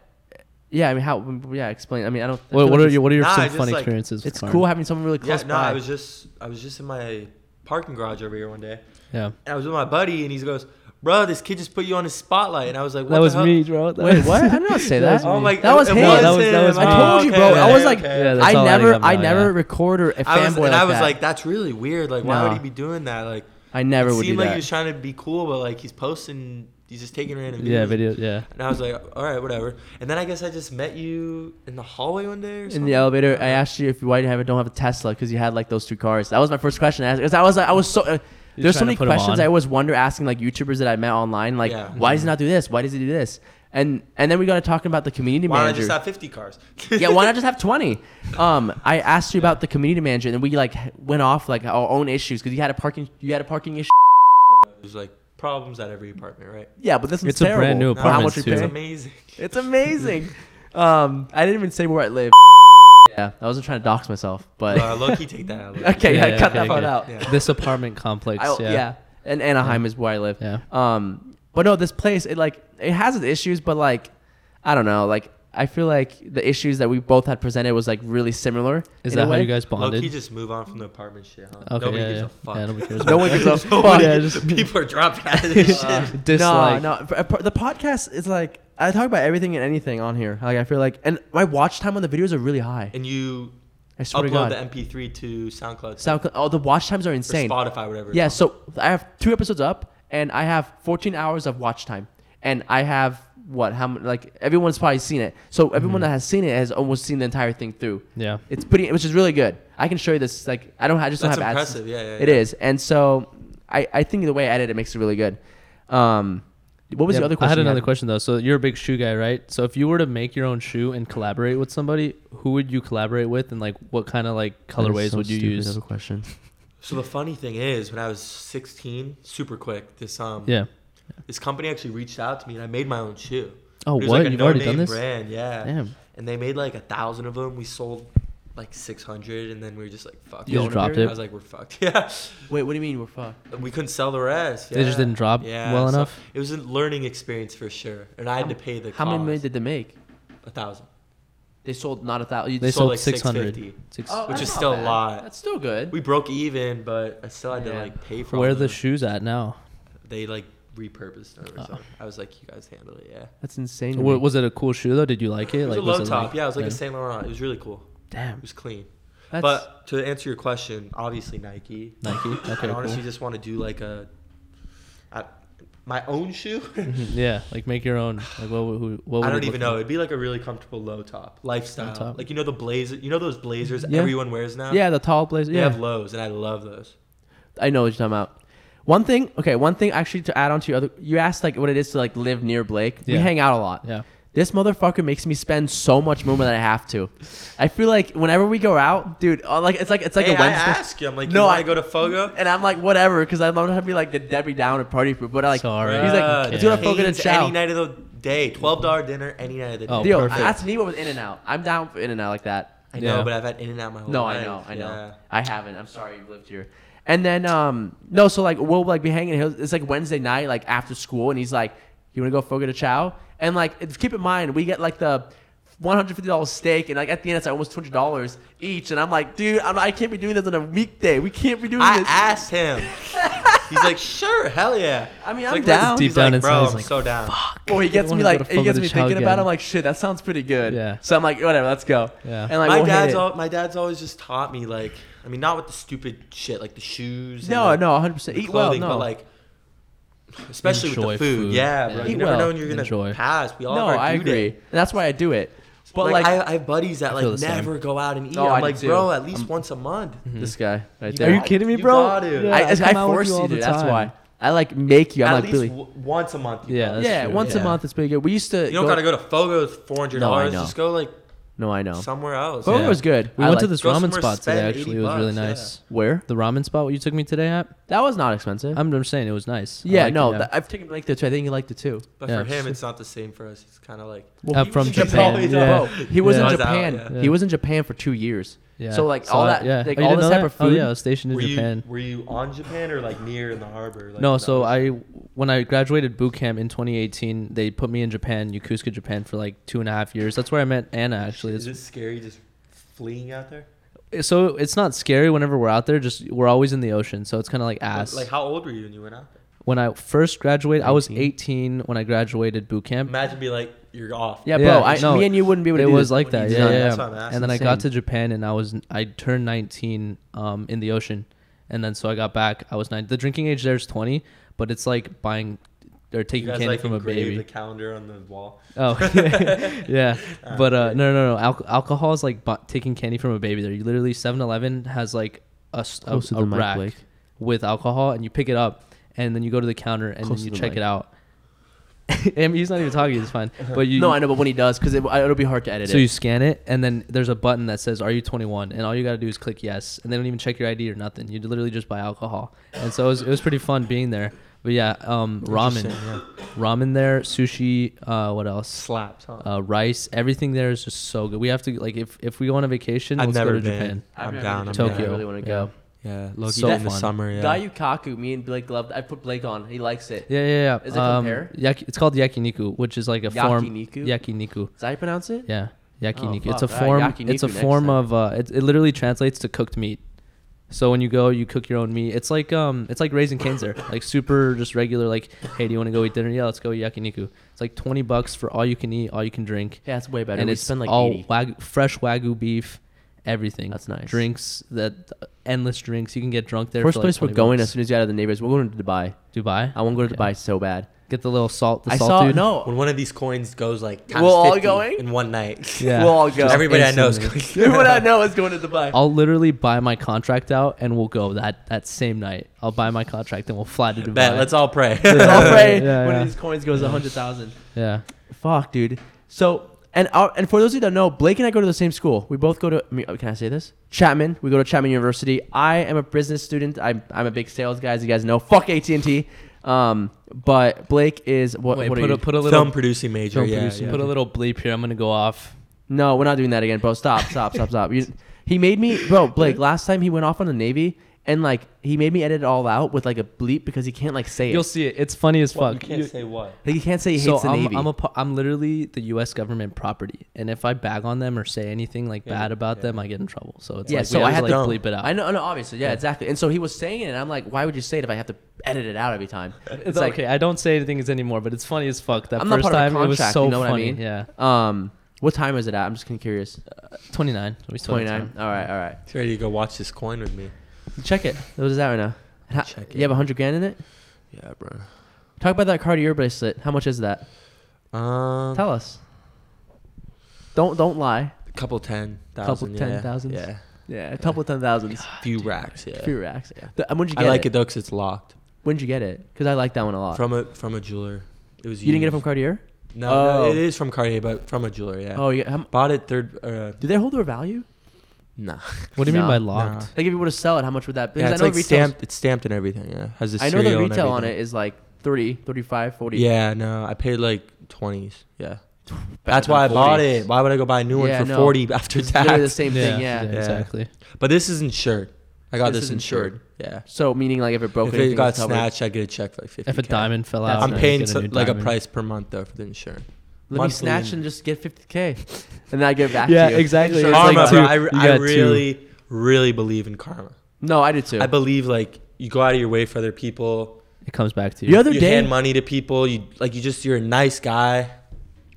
S1: yeah, I mean, how? Yeah, explain. I mean, I don't. I
S2: What,
S1: feel
S2: what
S1: like
S2: are
S1: it's-
S2: your what are your
S3: Nah,
S2: some
S3: just,
S2: fun
S3: like,
S2: experiences? with
S1: It's
S2: Karn?
S1: cool having someone really
S3: Yeah.
S1: close
S3: No,
S1: by.
S3: I was just I was just in my parking garage over here one day,
S2: Yeah.
S3: and I was with my buddy, and he goes, "Bro, this kid just put you on a spotlight," and I was like, "What
S2: That
S3: the
S2: was
S3: hell?"
S2: me, bro. That
S1: Wait,
S2: (laughs) was-
S1: what? I did not say that.
S2: was
S3: Oh
S2: me.
S3: my!
S1: That was
S3: it
S1: him.
S2: No, that was- that
S3: him.
S2: was me.
S1: I told you,
S3: Okay,
S1: bro. I was
S3: okay,
S1: like,
S3: okay.
S2: Yeah, that's
S1: I
S2: all I
S1: never,
S2: think about,
S1: I
S2: yeah.
S1: never recorded a fanboy
S3: I was, and
S1: like
S3: I was
S1: that.
S3: like, "That's really weird. Like, why
S1: No.
S3: would he be doing that? Like,
S1: I never
S3: it
S1: would do
S3: seemed like
S1: that.
S3: he was trying to be cool, but like he's posting, he's just taking random videos.
S2: Yeah, video. Yeah.
S3: And I was like, "All right, whatever." And then I guess I just met you in the hallway one day or something.
S1: in the elevator, I asked you if why you have don't have a Tesla because you had like those two cars. That was my first question. I asked because I was like, I was so. Uh,
S2: You're
S1: there's so
S2: trying to
S1: many
S2: put 'em
S1: questions
S2: on.
S1: I always wonder asking like YouTubers that I met online, like
S3: Yeah.
S1: why does he not do this? Why does he do this? And and then we got to talking about the community
S3: Why don't I
S1: manager.
S3: just have 50 cars?
S1: (laughs) yeah, why not just have twenty? Um, I asked you about the community manager, and we like went off like our own issues because you had a parking you had a parking issue.
S3: (laughs) There's like problems at every apartment, right?
S1: Yeah, but this one's
S2: It's a brand
S1: terrible.
S2: new
S1: How
S2: apartment,
S1: much we
S2: too.
S3: It's
S1: pay? (laughs)
S3: amazing.
S1: It's amazing. um, I didn't even say where I live. (laughs) Yeah, I wasn't trying to dox myself, but
S3: Uh, low key,
S1: (laughs)
S3: take that out. low-key.
S1: okay,
S2: Yeah,
S1: yeah,
S2: yeah,
S1: cut
S2: okay,
S1: that part
S2: okay.
S1: out.
S3: Yeah.
S2: This apartment complex.
S1: I, yeah.
S2: yeah.
S1: And Anaheim is where I live.
S2: Yeah.
S1: Um, but no, this place, it like, it has its issues, but like, I don't know. Like, I feel like the issues that we both had presented was like really similar.
S2: Is
S1: in a
S2: that how
S1: way.
S2: you guys
S3: Low
S2: bonded?
S3: key, just move on from the apartment shit. Huh?
S2: Okay,
S3: Nobody
S2: yeah,
S3: gives
S2: yeah.
S3: a fuck.
S2: Yeah, nobody
S1: (laughs)
S2: cares
S1: No one
S2: (laughs)
S1: gives
S3: (laughs)
S1: a fuck.
S3: Nobody
S2: Yeah,
S3: gives a-
S2: just- Uh,
S3: people are dropping out
S2: (laughs)
S3: of this shit.
S2: Dislike.
S1: No, no. for- for- The podcast is like, I talk about everything and anything on here. Like, I feel like, and my watch time on the videos are really high.
S3: And you
S1: I swear to
S3: upload
S1: God.
S3: the MP3 to SoundCloud,
S1: SoundCloud, oh, the watch times are
S3: or
S1: insane.
S3: Spotify, whatever.
S1: Yeah, so I have two episodes up, and I have 14 hours of watch time, and I have what? How mu- like everyone's probably seen it. So
S3: Mm-hmm.
S1: everyone that has seen it has almost seen the entire thing through.
S2: Yeah.
S1: It's pretty, which is really good. I can show you this. Like I don't, I just
S3: That's
S1: don't have
S3: impressive,
S1: AdSense.
S3: yeah, yeah,
S1: It
S3: yeah.
S1: is, and so I, I think the way I edit it makes it really good. Um, what was
S2: Yeah,
S1: the other question?
S2: I had
S1: you
S2: another question though. So you're a big shoe guy, right? So if you were to make your own shoe and collaborate with somebody, who would you collaborate with, and like what kind of like
S1: That is
S2: colorways
S1: so
S2: would you
S1: stupid of
S2: use?
S1: a question.
S3: So the funny thing is, when I was 16, super quick, this um
S2: Yeah.
S3: this company actually reached out to me, and I made my own shoe.
S2: Oh,
S3: It was
S2: what?
S3: a
S2: You've already done
S3: no-name
S2: this?
S3: Brand, yeah.
S2: Damn.
S3: And they made like a thousand of them. We sold like 600, and then we were just like, "Fuck."
S2: You
S3: it.
S2: just dropped
S3: I
S2: it?
S3: was like, "We're fucked." (laughs) Yeah.
S1: (laughs) Wait, what do you mean we're fucked?
S3: We couldn't sell the rest.
S2: They just
S3: yeah.
S2: didn't drop well
S3: so
S2: enough?
S3: It was a learning experience for sure, and I had to pay the.
S1: How many
S3: cost.
S1: million did they make?
S3: a thousand?
S1: They sold not a thousand.
S2: They
S3: sold,
S2: sold,
S3: like,
S2: 600.
S3: 650.
S2: Six,
S1: Oh,
S3: which
S1: that's
S3: is
S1: not
S3: still a
S1: bad.
S3: lot.
S1: That's still good.
S3: We broke even, but I still had to
S1: Yeah.
S3: like pay for. all
S2: where are
S3: of
S2: the
S3: them.
S2: shoes at now?
S3: they like repurposed it or
S2: Oh.
S3: something. I was like, "You guys handle it." Yeah.
S1: That's insane. to
S2: W-
S1: me.
S2: was it a cool shoe though? Did you like it?
S3: It was
S2: like
S3: a low top.
S2: like-
S3: yeah, it was like a Saint Laurent. It was really cool.
S1: Damn.
S3: It was clean.
S1: That's,
S3: but to answer your question, obviously Nike.
S2: Nike. Okay,
S3: I honestly
S2: cool.
S3: just want to do like a. I, my own shoe.
S2: yeah, like make your own. Like what? would- Who? What would
S3: I
S2: it
S3: don't
S2: look
S3: even know. It'd be like a really comfortable low top lifestyle.
S2: Low top.
S3: Like you know the blazer. You know those blazers
S2: Yeah.
S3: everyone wears now.
S1: Yeah, the tall blazer.
S3: They
S1: Yeah,
S3: have lows, and I love those.
S1: I know what you're talking about. One thing, okay, one thing actually to add on to your other, you asked like what it is to like live near Blake. We
S2: Yeah.
S1: hang out a lot.
S2: Yeah.
S1: This motherfucker makes me spend so much more than I have to. I feel like whenever we go out, dude, uh, like it's like it's like
S3: hey,
S1: a
S3: I
S1: Wednesday,
S3: ask you. I'm like,
S1: No,
S3: no, I
S1: I-
S3: go to Fogo.
S1: and I'm like whatever because I don't have to be like the Debbie Downer party pooper. But like
S2: Sorry.
S1: he's
S3: Bruh,
S1: like,
S2: Okay.
S1: dude, I'm fucking a
S3: Canes
S1: chow.
S3: Any night of the day, twelve dollar dinner any night of the day.
S2: Oh,
S1: Deal.
S2: perfect.
S1: That's me. What was In and Out? I'm down for In and Out like that.
S3: I know,
S2: Yeah.
S3: but I've had In and Out my whole
S1: No,
S3: life.
S1: I know, I know.
S3: Oh, Yeah.
S1: I haven't. I'm sorry you lived here. And then um no, so like we'll like be hanging. he'll- It's like Wednesday night, like after school, and he's like, "You want to go for a chow?" And like if- keep in mind, we get like the. One hundred fifty dollars steak, and like at the end, it's like almost two hundred dollars each, and I'm like, dude, I'm, I can't be doing this on a weekday. We can't be doing
S3: I
S1: this.
S3: asked him. He's like, sure, hell yeah.
S1: I mean,
S3: It's
S1: I'm
S3: like,
S1: down.
S3: let's-
S2: Deep
S3: he's
S2: down
S3: like,
S2: inside,
S3: bro,
S2: he's
S3: I'm
S2: like,
S3: so down.
S1: Or he gets me
S2: wanna go to
S1: like, he
S2: Fogo
S1: gets
S2: de
S1: me
S2: Chao
S1: thinking about. it.
S2: again.
S1: I'm like, shit, that sounds pretty good.
S2: Yeah.
S1: So I'm like, whatever, let's go.
S2: Yeah.
S1: And like,
S3: my
S1: we'll hit
S3: dad's
S1: it.
S3: all, my dad's always just taught me like, I mean, not with the stupid shit like the shoes. and,
S1: no,
S3: like,
S1: no, 100. percent
S3: the
S1: Eat well,
S3: clothing,
S1: no.
S3: but like, especially
S2: Enjoy
S3: with the food.
S2: food.
S3: Yeah,
S2: Yeah.
S3: bro.
S1: Eat
S3: You never
S1: well.
S3: know when you're gonna
S2: Enjoy.
S3: pass. We all
S1: no,
S3: have our
S1: I
S3: due
S1: agree,
S3: date.
S1: and that's why I do it. But like,
S3: Like, I, I have buddies that
S2: I feel
S3: like
S2: the same.
S3: never go out and eat.
S1: Oh, I
S3: I'm
S1: do
S3: like,
S1: too.
S3: bro, at least
S1: I'm- Mm-hmm.
S3: once a month.
S1: this guy right
S2: Are
S1: there.
S2: you kidding me,
S3: You
S2: bro?
S3: got it.
S2: Yeah,
S1: I, I,
S2: come out with
S1: force
S2: you
S1: you,
S2: all the
S1: dude. That's
S2: time.
S1: why. I like make you. I'm
S3: At
S1: like
S3: least
S1: Billy.
S3: w- once a month. you
S2: Yeah,
S3: go.
S2: that's
S1: yeah,
S2: true,
S1: once
S2: yeah.
S1: a month. It's pretty good. We used to.
S3: you don't
S1: go,
S3: gotta go to Fogo with four hundred dollars.
S1: No, I
S3: Just
S1: know.
S3: go like
S1: No, I know.
S3: somewhere else.
S1: Fogo
S2: Yeah.
S1: was good.
S2: We
S1: I
S2: went to
S1: like-
S2: this
S3: Go
S2: ramen
S3: somewhere,
S2: spot today.
S3: spend
S2: Actually,
S3: 80
S2: it was really
S3: bucks, yeah.
S2: nice.
S1: Where
S2: The ramen spot you took me today at.
S1: that was not expensive.
S2: I'm, I'm saying it was nice. I
S1: yeah,
S2: liked it
S1: no,
S2: now.
S1: th- I've taken Blake there too. I think he liked it too.
S3: But
S2: Yeah.
S3: for him, it's not the same for us. It's kind of like
S2: Well, Uh, he from was in Japan, Japan, yeah.
S1: Bro, He was
S2: Yeah.
S1: in
S3: I was out,
S1: Japan.
S2: yeah.
S1: He was in Japan for two years.
S2: yeah.
S1: So like
S2: Saw
S1: all
S2: it,
S1: that,
S2: yeah.
S1: like
S2: Oh, you
S1: all
S2: didn't
S1: this
S2: know
S1: type
S2: that?
S1: of food.
S2: Oh yeah, I was stationed in
S3: were
S2: Japan.
S3: you were you on Japan or like near in the harbor? Like,
S2: No, so I when I graduated boot camp in 2018, they put me in Japan, Yokosuka, Japan, for like two and a half years. That's where I met Anna. Actually,
S3: is
S2: It's-
S3: it scary just fleeing out there?
S2: so it's not scary whenever we're out there. Just we're always in the ocean, so it's kind of like ass.
S3: Like how old were you when you went out there?
S2: when I first graduated, I was
S1: 18.
S2: 18 when I graduated boot camp.
S3: Imagine be like you're off.
S1: Yeah, bro.
S2: Yeah,
S1: I,
S2: no,
S1: me and you wouldn't be able to.
S2: It
S1: do
S2: was
S1: this.
S2: like
S3: What
S2: that,
S3: do you
S2: yeah,
S3: do?
S2: yeah.
S3: That's what I'm asking.
S2: And then I got to
S1: Insane.
S2: Japan, and I was I turned 19 um, in the ocean, and then so I got back. I was nine. The drinking age there is 20, but it's like buying or
S3: you
S2: taking
S3: guys
S2: candy
S3: like
S2: from a
S3: engraved
S2: baby.
S3: the calendar on the wall.
S2: (laughs)
S1: (laughs)
S2: Oh, (laughs) yeah. But uh, no, no, no. Al- alcohol is like bu- taking candy from a baby. There, you literally 7-Eleven has like a, s- a,
S1: Close to
S2: a
S1: the mic,
S2: rack
S1: Blake.
S2: with alcohol, and you pick it up, and then you go to the counter, and
S1: Close
S2: then
S1: to
S2: you
S1: the
S2: check
S1: mic.
S2: it out. (laughs) I mean, he's not even talking. It's fine. But you
S1: No, I know, but when he does, because it, it'll be hard to edit
S2: So
S1: it.
S2: you scan it, and then there's a button that says "Are you 21?" and all you gotta do is click yes, and they don't even check your ID or nothing. You literally just buy alcohol, and so it was, it was pretty fun being there. But yeah, um, ramen,
S3: Interesting,
S2: (laughs)
S3: yeah.
S2: ramen there, sushi, uh, what else?
S3: Slaps, huh?
S2: Uh, rice, everything there is just so good. We have to like if if we go on a vacation,
S3: I've
S2: let's
S3: never
S2: go to
S3: been.
S2: Japan.
S1: I've
S3: I'm
S1: never
S3: down.
S1: been
S3: I'm
S1: to Japan. I
S2: Tokyo.
S1: really want to
S2: Yeah.
S1: go.
S3: Yeah,
S2: low-key
S1: that-
S3: in the
S2: fun.
S3: summer. Yeah.
S1: Dayukaku, me and Blake loved. I put Blake on. He likes it.
S2: Yeah, yeah, yeah.
S1: Is it
S2: um,
S1: compare?
S2: yaki- it's called yakiniku, which is like a form
S1: Yakiniku?
S2: yakiniku.
S1: Is that how you pronounce it?
S2: Yeah, yakiniku.
S1: Oh,
S2: it's a
S1: fuck. All right,
S2: form. it's a
S1: yakiniku next
S2: form
S1: time.
S2: of. Uh, it, it literally translates to cooked meat. So when you go, you cook your own meat. It's like um, it's like raising canes
S1: (laughs)
S2: there, like super just regular. Like, hey, do you want to go eat dinner? Yeah, let's go eat yakiniku. It's like twenty bucks for all you can eat, all you can drink,
S1: Yeah, it's way better.
S2: and
S1: we
S2: it's
S1: spend like
S2: all
S1: 80.
S2: wag- fresh wagyu beef, everything.
S1: That's nice.
S2: Drinks that endless drinks. You can get drunk there.
S1: First
S2: for, like,
S1: place we're
S2: 20
S1: going as
S2: bucks.
S1: soon as you're out of the neighbors. We're going to Dubai.
S2: Dubai.
S1: I want to go to
S2: Okay.
S1: Dubai so bad.
S2: Get the little salt. The
S1: I
S2: salt
S1: saw
S2: dude.
S1: no.
S3: When one of these coins goes like times
S1: We'll all
S3: 50
S1: going?
S3: in one night.
S2: (laughs) (laughs) Yeah.
S1: We'll all go.
S2: Just
S3: Everybody I know is
S2: instantly. (laughs)
S3: going.
S1: Everyone I know is going to Dubai.
S2: I'll literally buy my contract out and we'll go that that same night. I'll buy my contract and we'll fly to Dubai.
S3: (laughs) Bet. Let's all pray.
S1: Let's
S3: (laughs)
S1: all pray
S2: (laughs) Yeah,
S1: one
S2: yeah.
S1: of these coins goes a hundred thousand.
S2: yeah.
S1: Fuck, dude. So and our, and for those of you that know, Blake and I go to the same school. We both go to. I mean, uh, Can I say this? Chapman. We go to Chapman University. I am a business student. I'm I'm a big sales guy, as you guys know. Fuck AT and T. Um, but Blake is what?
S2: Wait,
S1: what are
S2: put
S1: you-
S2: a put a little
S3: Film producing major.
S2: film
S3: yeah,
S2: producer,
S3: yeah.
S2: put a little bleep here. I'm gonna go off.
S1: No, we're not doing that again, bro. Stop, stop, stop, stop. You, he made me,
S2: (laughs)
S1: bro, Blake. Last time he went off on the Navy, and like he made me edit it all out with like a bleep because he can't like say
S2: You'll
S1: it.
S2: see it. It's funny as
S3: Well,
S2: fuck.
S3: You can't say what.
S1: Like, he can't say he hates
S2: so
S1: the
S2: I'm
S1: Navy.
S2: I'm, a, pa- I'm literally the U.S. government property, and if I bag on them or say anything like
S3: Yeah,
S2: bad about
S3: yeah.
S2: them, I get in trouble. So it's
S1: yeah,
S2: like
S1: so
S2: we
S1: I
S2: have
S1: had
S2: to
S1: to
S2: like bleep it out.
S1: I know, no, obviously, yeah, exactly. And so he was saying it, and I'm like, why would you say it if I have to edit it out every time?
S2: (laughs) It's, okay. I don't say anything anymore, but it's funny as fuck. That
S1: I'm not
S2: first
S1: part of a
S2: time it was
S1: contract,
S2: so
S1: you know what I
S2: funny.
S1: mean?
S2: Yeah,
S1: Um, what time is it at? I'm just kind of curious.
S2: 29. Are we still at
S1: Twenty nine. All right, all right.
S3: He's ready to go watch this coin with me.
S1: Check it. What is that right now? Ha-
S3: Check
S1: You have
S3: it.
S1: hundred grand in it.
S3: Yeah, bro.
S1: Talk about that cardio bracelet. How much is that?
S3: Um,
S1: Tell us. Don't don't lie.
S3: a couple ten
S2: Couple
S3: thousand.
S2: ten
S3: yeah.
S2: thousands.
S3: Yeah.
S1: Yeah, a couple ten thousands.
S3: Few racks. Yeah.
S1: Few racks. The- and when'd you
S3: I
S1: get
S3: like it
S1: it?
S3: though because it's locked
S1: When'd you get it? Because I like that one a lot.
S3: from a from a jeweler. It was
S1: Uh, you didn't get it from
S3: used.
S1: Cartier?
S3: No,
S1: Oh.
S3: no, it is from Cartier, but from a jeweler. Yeah.
S1: Oh, yeah. How, m-
S3: Bought it third. Uh,
S1: do they hold their value?
S3: nah.
S2: What do you mean
S1: Nah,
S2: by
S1: nah.
S2: locked?
S1: Like, if you were to sell it, how much would that be?
S3: Yeah,
S1: Because
S3: it's
S1: I know
S3: like
S1: retail's-
S3: stamped. It's stamped and everything. Yeah. Has the
S1: I know the
S3: serial and
S1: retail on it
S3: everything.
S1: is like 30, 35, 40.
S3: Yeah. No, I paid like twenties. Yeah.
S1: Better
S3: That's
S1: than
S3: why I bought
S1: 40.
S3: it. Why would I go buy a new one
S1: Yeah,
S3: for
S1: no.
S3: forty after
S1: It's literally the
S3: tax?
S1: same thing, yeah.
S3: Yeah.
S2: Exactly.
S3: But this is insured. I got
S1: This
S3: this,
S1: is
S3: insured. Yeah.
S1: So, meaning like if it broke
S3: If
S1: anything,
S3: it got
S1: it's covered.
S3: snatched, I get a check for like fifty.
S2: If a diamond fell
S1: That's
S2: out,
S1: nice.
S3: I'm
S2: then you
S3: paying
S2: get a
S3: so,
S2: new
S3: like
S2: diamond.
S3: a price per month though for the insurance.
S1: Let me
S3: monthly
S1: snatch
S3: and-
S1: and just get 50K. And then I give it back
S2: Yeah,
S1: to you.
S2: exactly.
S1: So it's
S2: It's
S3: Karma,
S2: like
S1: two-
S3: bro.
S2: two-
S3: I,
S2: you
S3: I
S2: got two.
S3: really, really believe in karma.
S1: no, I do too.
S3: I believe like you go out of your way for other people.
S2: It comes back to you.
S1: the other
S3: you
S1: day,
S3: hand money to people. You like you just you're a nice guy.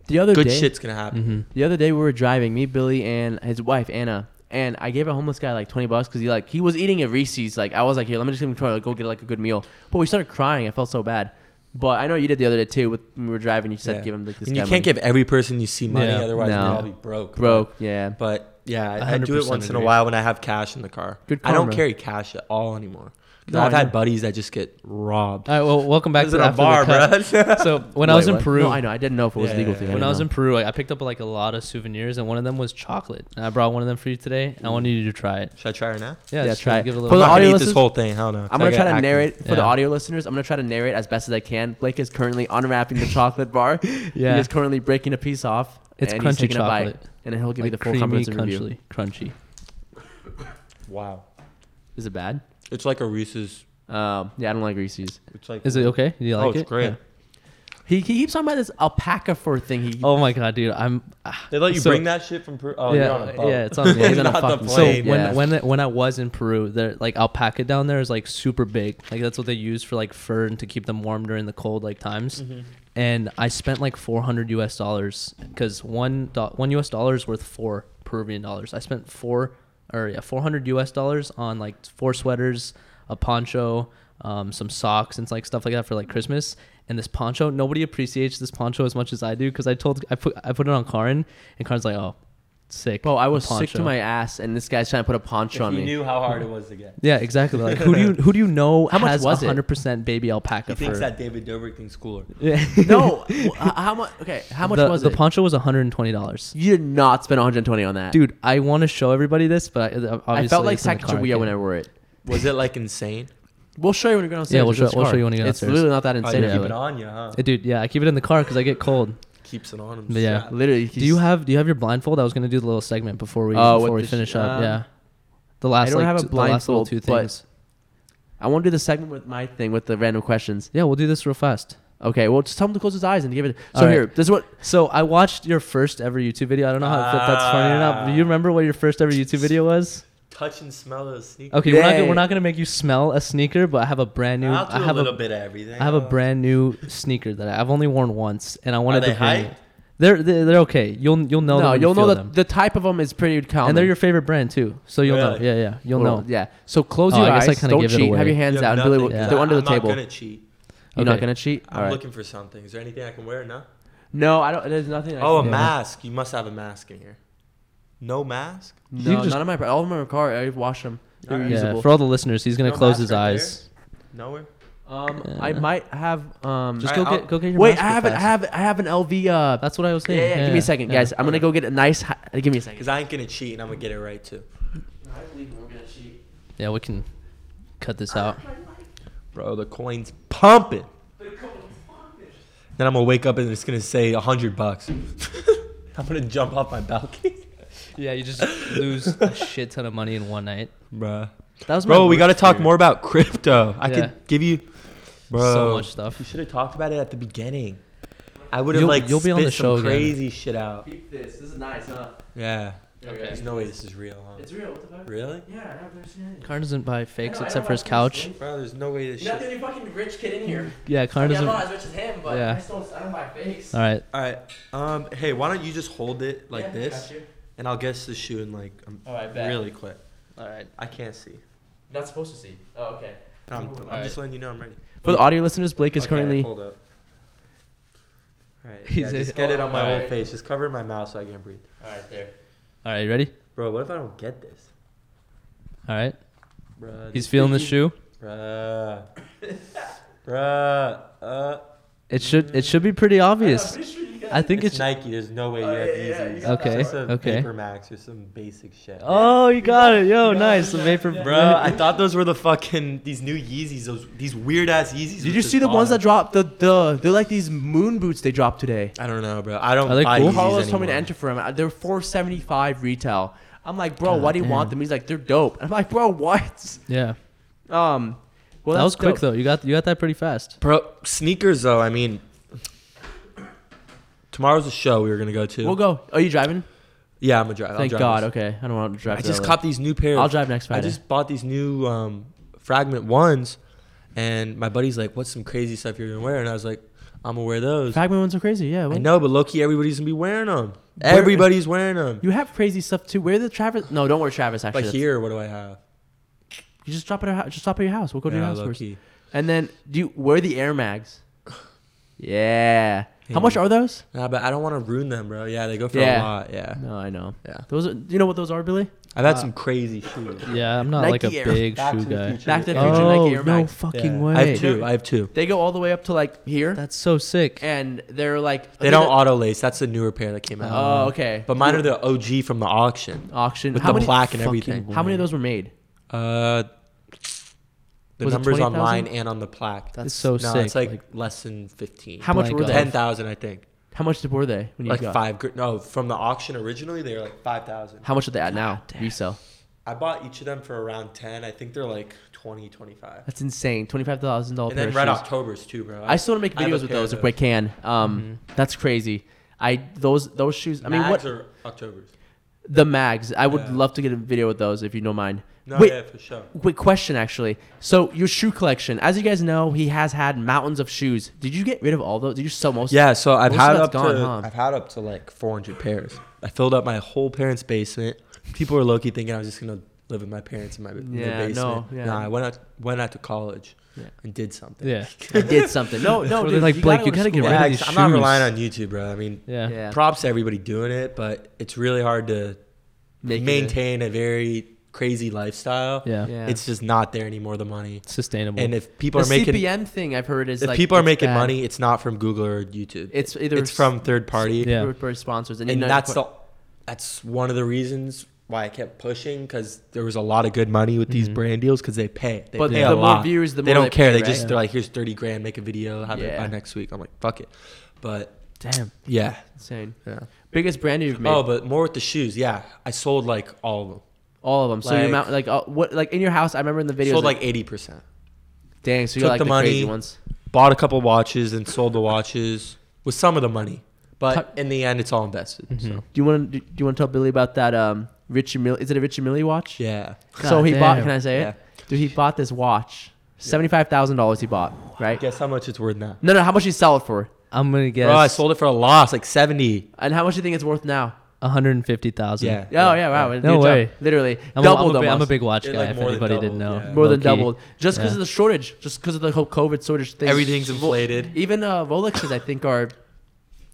S1: the other
S3: Good
S1: day,
S3: shit's gonna happen.
S2: Mhm.
S1: The other day we were driving, me, Billy, and his wife Anna, and I gave a homeless guy like twenty bucks because he like he was eating a Reese's. Like I was like, here, let me just give him twenty, like, go get like a good meal. But we started crying. I felt so bad. But I know you did the other day too. With when we were driving, you said
S3: Yeah.
S1: give him like this.
S3: And
S1: guy
S3: you can't
S1: money.
S3: give every person you see money,
S2: Yeah.
S3: otherwise
S1: No.
S3: you'll all be broke.
S1: broke. Yeah,
S3: But yeah, I, I do it
S2: 100%
S3: once in a
S2: agree.
S3: while when I have cash in the car.
S1: Good
S3: I don't
S1: karma.
S3: carry cash at all anymore. 'Cause
S1: No,
S3: I've
S1: I
S3: had
S1: know.
S3: buddies that just get robbed.
S2: All right. Well, welcome back
S3: This
S2: to
S3: is a
S2: after
S3: bar,
S2: the cut.
S3: bruh.
S1: (laughs)
S3: (laughs)
S2: So when I
S1: Wait,
S2: was in
S1: what?
S2: Peru,
S1: no, I know I didn't know if it was
S3: Yeah,
S1: legal
S3: yeah,
S1: thing.
S3: yeah.
S2: when
S1: didn't
S2: I was
S1: know.
S2: in Peru, I, I picked up like a lot of souvenirs, and one of them was chocolate. And I brought one of them for you today. and I wanted you to try it.
S3: Should I try her now?
S2: Yeah,
S1: Yeah,
S2: just
S1: try it.
S2: Give it a
S1: For
S3: I'm
S2: little.
S1: the
S3: not gonna
S1: audio
S3: eat
S1: listeners-
S3: this whole thing. Hell no.
S1: I'm gonna
S3: Gotta
S1: try
S3: get
S1: to
S3: active.
S1: narrate for the
S2: Yeah.
S1: audio listeners. I'm gonna try to narrate as best as I can. Blake is currently unwrapping the chocolate bar.
S2: (laughs) Yeah.
S1: he is currently breaking a piece off.
S2: It's
S1: and he's
S2: crunchy
S1: taking a bite,
S2: chocolate.
S1: and he'll give
S2: like
S1: me the full
S2: creamy,
S1: comprehensive review.
S2: crunchy, crunchy.
S3: Wow,
S1: Is it bad?
S3: it's like a Reese's.
S1: Um, yeah, I don't like Reese's.
S3: It's like
S2: Is it okay? Do you like
S3: oh,
S2: it?
S3: it's great.
S2: Yeah.
S1: He, he keeps talking about this alpaca fur thing. He
S2: Oh my god, dude! I'm. ah.
S3: They let you
S2: So-
S3: bring that shit from Peru. Oh,
S2: yeah,
S3: you're on a boat.
S2: yeah, it's
S3: (laughs)
S2: on.
S1: He's
S2: Yeah.
S1: on a
S3: Not the
S1: fucking
S2: So
S3: plane.
S1: yeah.
S2: when when when I was in Peru, there like alpaca down there is like super big. Like that's what they use for like fur and to keep them warm during the cold like times.
S3: Mm-hmm.
S2: And I spent like 400 US dollars because one do- one US dollar is worth four Peruvian dollars. I spent four or yeah 400 US dollars on like four sweaters, a poncho, um, some socks and like stuff like that for like Christmas. And this poncho, nobody appreciates this poncho as much as I do because I told I put I put it on Karin and Karin's like, oh, sick.
S1: bro, I
S2: the
S1: was sick to
S2: poncho."
S1: my ass, and this guy's trying to put a poncho on
S3: If you
S1: me.
S3: knew how hard it was to get.
S2: (laughs) Yeah, exactly. Like who do you who do you know
S1: How much
S2: has
S1: was it?
S2: 100% baby alpaca
S3: He
S2: fur?
S3: thinks that David Dobrik thing's cooler.
S2: (laughs) Yeah.
S1: no, wh- how much? Okay, how much
S2: the,
S1: was
S2: the
S1: it?
S2: poncho was 120 dollars.
S1: you did not spend 120 on that,
S2: Dude, I want to show everybody this, but I, uh, obviously
S1: I felt like
S2: it's in the car, I
S1: Sacagawea
S2: can't.
S1: when I wore it.
S3: Was it like insane?
S1: We'll show you when you go downstairs.
S2: Yeah, we'll
S1: It's in
S2: show-
S1: this
S2: we'll
S1: car.
S2: show you when you go
S1: It's
S2: downstairs.
S1: literally not that
S3: Oh,
S1: insane.
S3: you
S2: yeah.
S3: keep
S1: really.
S3: it on you, huh?
S2: Uh, Dude, yeah, I keep it in the car because I
S1: (laughs)
S2: get cold.
S3: keeps it on him.
S2: Yeah.
S3: strap.
S1: Literally,
S2: Do you have Do you have your blindfold? I was gonna do the little segment before we
S1: Oh,
S2: before
S1: what
S2: we
S1: the sh-
S2: finish up.
S1: uh,
S2: yeah, the last
S1: don't
S2: like,
S1: have a
S2: t- the last little
S1: blindfold,
S2: two
S1: but-
S2: things.
S1: I want to do the segment with my thing with the random questions.
S2: Yeah, we'll do this real fast.
S1: Okay, well, just tell him to close his eyes and give it. So
S2: All right.
S1: here, this is what
S2: So I watched your first ever YouTube video. I don't know how, if that's funny or not. Do you
S3: Ah.
S2: remember what your first ever YouTube video was?
S3: Touch and smell those sneakers.
S2: Okay, we're not, gonna-
S1: Yeah.
S2: we're not gonna make you smell a sneaker, but I have a brand new.
S3: I'll do
S2: I have
S3: a little bit of everything.
S2: I have a
S3: Uh,
S2: brand new sneaker that I've only worn once, and I wanted
S3: Are they
S2: to bring.
S3: hype?
S2: It. They're, they're they're okay. You'll you'll know.
S1: no,
S2: them when
S1: you'll
S2: you feel
S1: know that
S2: them.
S1: the type of them is pretty common.
S2: and they're your favorite brand too. So you'll know.
S3: Really?
S2: Yeah, yeah. You'll
S1: Well,
S2: know.
S1: Yeah. So close
S2: Oh,
S1: your
S2: I guess I
S1: eyes.
S2: kinda
S1: Don't
S2: gave it
S1: cheat. Have
S2: away.
S1: your
S3: You
S1: hands
S3: have
S1: out. And Billy, will-
S3: nothing.
S2: Yeah.
S1: they're under the
S3: I'm
S1: table.
S3: I'm not gonna cheat.
S1: You're not
S2: Okay.
S1: gonna cheat. All
S3: I'm
S1: right.
S3: looking for something. Is there anything I can wear? No.
S1: No, I don't. There's nothing. I
S3: Oh, a
S1: can do.
S3: mask. You must have a mask in here. No mask.
S1: No,
S2: You just-
S1: none of my. All of my car. I've washed them. They're
S3: All right.
S2: Yeah,
S1: reusable.
S2: for all the listeners, he's gonna
S3: No
S2: close
S3: mask
S2: his
S3: right
S2: eyes.
S3: Nowhere.
S1: um,
S2: Yeah.
S1: I might have. Um,
S2: Just
S3: All
S2: go
S3: right, I'll-
S2: get go get your.
S1: wait,
S2: mask
S1: I
S2: real
S1: have. an- I
S2: fast.
S1: have. I have an LV. Uh,
S2: That's what I was
S1: yeah,
S2: saying.
S1: yeah, Give me a second,
S2: yeah.
S1: guys. I'm gonna go get a nice. hi- Give me a
S3: Because
S1: second.
S3: I ain't gonna cheat, and I'm gonna get it right too.
S2: Yeah, we can cut this
S3: (laughs)
S2: out.
S3: Bro, the coin's pumping. Then I'm gonna wake up and it's gonna say a hundred bucks. (laughs) I'm gonna jump off my balcony,
S2: Yeah, you just (laughs) lose a shit ton of money in one night.
S3: (laughs) Bruh.
S1: That was my
S3: Bro, we
S1: worst
S3: gotta talk
S1: fear.
S3: more about crypto. I
S2: Yeah.
S3: could give you, bro.
S2: So much
S3: You
S2: stuff.
S3: should have talked about it at the beginning. I would have
S2: You'll-
S3: like
S2: you'll be on
S3: spit
S2: the show
S3: some
S2: again.
S3: crazy shit out.
S1: Keep this. This is nice, huh?
S3: Yeah.
S1: There we go.
S3: There's no way this is real, huh?
S1: It's real. What the fuck?
S3: Really?
S1: Yeah, I have never seen it.
S2: Karn doesn't buy fakes
S1: I know, I
S2: except
S1: know
S2: for his
S1: about this
S2: couch.
S1: thing.
S3: Bro, there's no way this
S1: You're not the
S3: shit.
S1: only fucking rich kid in here.
S2: Yeah,
S1: I
S2: Karn
S1: mean, I'm
S2: doesn't.
S1: not
S2: All
S1: as rich as him, but
S2: Yeah.
S1: I still I don't buy fakes.
S2: right.
S3: All right. Um. Hey, why don't you just hold it like
S1: Yeah,
S3: this,
S1: got you.
S3: and I'll guess the shoe in like um,
S1: All right, bet.
S3: really quick.
S1: All right.
S3: I can't see.
S1: Not supposed to see. Oh, okay.
S3: I'm,
S1: Ooh,
S3: I'm
S1: alright.
S3: just letting you know I'm ready.
S1: For the audio listeners, Blake is
S3: Okay,
S1: currently.
S3: Hold up. All
S2: (laughs)
S3: right,
S2: He's
S3: yeah, just
S2: a-
S3: get it on my
S2: Alright.
S3: whole face. Just cover my mouth so I can't breathe. All right, there.
S2: All right, you ready?
S3: Bro, what if I don't get this?
S2: All right.
S3: Bruh,
S2: He's feeling this shoe.
S3: Bruh. Bruh. Uh,
S2: It should it should be pretty obvious. I think
S3: it's,
S2: it's.
S3: Nike. There's no way you have these.
S2: Okay,
S3: It's just a
S2: okay.
S3: Vapor Max or some basic shit.
S2: Oh, you got it, yo! Nice, the vapor,
S3: Bro, I thought those were the fucking these new Yeezys, those these weird ass Yeezys.
S1: Did
S3: with
S1: you
S3: this
S1: see the ones
S3: bottom.
S1: that dropped the the? They're like these moon boots they dropped today.
S3: I don't know, bro. I don't
S2: Are they
S3: buy
S2: cool?
S3: Yeezys
S1: Carlos told me to
S3: anymore.
S1: enter for him. Uh, They're four seventy five retail. I'm like, bro,
S2: God
S1: why do you
S2: damn.
S1: want them? He's like, they're dope. (laughs) I'm like, bro, what?
S2: Yeah,
S1: Um, well,
S2: that was
S1: that's
S2: quick
S1: dope.
S2: though. You got you got that pretty fast.
S3: Bro, sneakers though. I mean, tomorrow's a show we were gonna go to.
S1: We'll go. Are you driving?
S3: yeah, I'm gonna drive. I'll
S1: Thank
S3: drive
S1: God.
S3: this.
S1: Okay, I don't want to drive.
S3: I
S1: to
S3: just
S1: LA.
S3: copped these new pairs.
S1: I'll drive next
S3: I
S1: Friday.
S3: just bought these new um, fragment ones, and my buddy's like, "What's some crazy stuff you're gonna wear?" And I was like, "I'm gonna wear those."
S1: Fragment ones are crazy. Yeah.
S3: I
S1: what?
S3: know, but low key, everybody's gonna be wearing them.
S1: Where-
S3: Everybody's wearing them.
S1: You have crazy stuff too. Where the Travis? No, don't wear Travis. Actually,
S3: But
S1: that's-
S3: here, what do I have?
S1: you just drop it. At, our hou- just drop it at your house. We'll go to
S3: Yeah,
S1: your house
S3: low
S1: first.
S3: key.
S1: And then do you wear the Air Mags? Yeah.
S3: Hey,
S1: How much
S3: man.
S1: are those?
S3: Nah, but I don't want to ruin them, bro. Yeah, they go for
S1: Yeah.
S3: a lot. Yeah,
S1: No, I know.
S3: yeah.
S1: Those. Are, do you know what those are, Billy?
S3: I've had
S2: Uh,
S3: some crazy shoes.
S2: Yeah, I'm not
S1: Nike
S2: like a
S1: Air.
S2: big
S3: Back
S2: shoe
S3: to the
S2: guy.
S3: Future.
S1: Back to the
S3: Yeah.
S1: Future Nike
S2: Oh
S1: Air
S2: no
S1: Max.
S2: fucking
S3: Yeah.
S2: way!
S3: I have two. I have two.
S1: They go all the way up to like here,
S2: That's so sick.
S1: and they're like
S3: They don't auto lace. That's the newer pair that came out.
S1: Oh, okay.
S3: but mine are the OG from the auction.
S1: auction.
S3: with
S1: How
S3: the
S1: many?
S3: plaque and
S2: fucking
S3: everything.
S1: How many of those were made?
S3: Uh, the
S1: Was it
S3: numbers
S1: 20,000?
S3: online and on the plaque.
S2: That's so
S3: no,
S2: sick.
S3: it's like,
S2: Like-
S3: less than fifteen.
S1: How much
S2: Blank
S1: were
S2: out.
S1: they?
S3: Ten thousand, I think.
S1: How much were they when you
S3: Like
S1: got?
S3: five. gr- No, from the auction originally, they were like five thousand.
S1: How much are they at now? Resale.
S3: I bought each of them for around ten. I think they're like 20, 25.
S1: That's insane. Twenty five thousand dollars.
S3: And then Red October's too, bro.
S1: I still want to make
S3: I have a
S1: videos with
S3: pair
S1: those
S3: of Mm-hmm.
S1: if I can. Um, that's crazy. I those those shoes. I mean, what
S3: Mags are October's?
S1: the mags? I would
S3: Yeah.
S1: love to get a video with those if you don't mind.
S3: No,
S1: Wait,
S3: yeah, for sure.
S1: quick question actually. So your shoe collection, as you guys know, he has had mountains of shoes. Did you get rid of all those? Did you sell most?
S3: Yeah, so I've
S1: Most of
S3: had
S1: that's
S3: up
S1: gone,
S3: to
S1: huh?
S3: I've had up to like 400 pairs. I filled up my whole parents' basement. People were low key thinking I was just gonna live with my parents in my in
S1: Yeah,
S3: their basement.
S1: no, yeah.
S3: Nah, I went out went out to college
S1: Yeah.
S3: and did something.
S2: Yeah,
S1: I did something.
S3: (laughs)
S1: No, no,
S2: Well,
S1: dude,
S2: like, Blake,
S1: gotta
S2: you
S1: go to
S2: gotta get
S1: school.
S2: rid of
S3: Yeah,
S2: these
S3: I'm not
S2: shoes.
S3: relying on YouTube, bro. I mean,
S2: yeah, yeah.
S1: Yeah,
S3: props to everybody doing it, but it's really hard to
S1: Make it
S3: maintain a very crazy lifestyle.
S1: Yeah.
S3: It's just not there anymore. The money,
S2: Sustainable.
S3: and if people
S1: the
S3: are making
S1: CPM thing I've heard is
S3: if
S1: like
S3: people are
S1: it's
S3: making
S1: bad.
S3: money, it's not from Google or YouTube.
S1: It's either
S3: it's from third party.
S2: Yeah.
S1: for- for sponsors, and,
S3: and
S1: you know-
S3: that's the, that's one of the reasons why I kept pushing because there was a lot of good money with these brand deals because they pay.
S1: Mm-hmm.
S3: They
S1: But
S3: pay
S1: the
S3: a
S1: more
S3: lot.
S1: views, the
S3: they
S1: more
S3: don't
S1: they
S3: care.
S1: pay,
S3: They just
S1: right?
S3: they're like, here's thirty grand, make a video, have it
S1: Yeah.
S3: by next week. I'm like, fuck it. But
S2: Damn.
S3: yeah,
S1: insane.
S3: yeah.
S1: Biggest brand you've made.
S3: Oh, but more with the shoes. Yeah, I sold like all of them.
S1: All of them. So your
S3: Like-
S1: amount, like uh, what, like in your house. I remember in the videos.
S3: sold like eighty percent.
S1: dang, so you
S3: took
S1: like the,
S3: the money,
S1: crazy ones.
S3: Bought a couple watches and sold the watches with some of the money. But in the end, it's all invested. So
S1: Do you want to do you want to tell Billy about that? Um, Richie Mill. Is it a Richie Millie watch?
S3: yeah,
S1: so
S2: God
S1: he bought.
S2: damn.
S1: Can I say
S3: Yeah.
S1: it? Dude, he bought this watch. Seventy five thousand dollars. He bought. Right.
S3: guess how much it's worth now?
S1: No, no. How much you sell it for?
S2: I'm gonna guess
S3: Bro, I sold it for a loss, like seventy.
S1: And how much do you think it's worth now?
S2: 150 thousand.
S3: Yeah.
S1: Oh yeah, wow.
S2: No
S1: good
S2: way.
S1: job. Literally
S2: I'm a, I'm
S1: doubled.
S2: a, big, I'm a
S1: almost.
S2: big watch
S3: It,
S2: guy.
S3: like,
S2: if
S3: more than
S2: anybody didn't know,
S3: doubled, yeah.
S1: more than
S2: Low-key.
S1: doubled just because
S2: Yeah.
S1: of the shortage, just because of the whole COVID shortage thing.
S3: Everything's inflated.
S1: Even uh, Rolexes, I think, are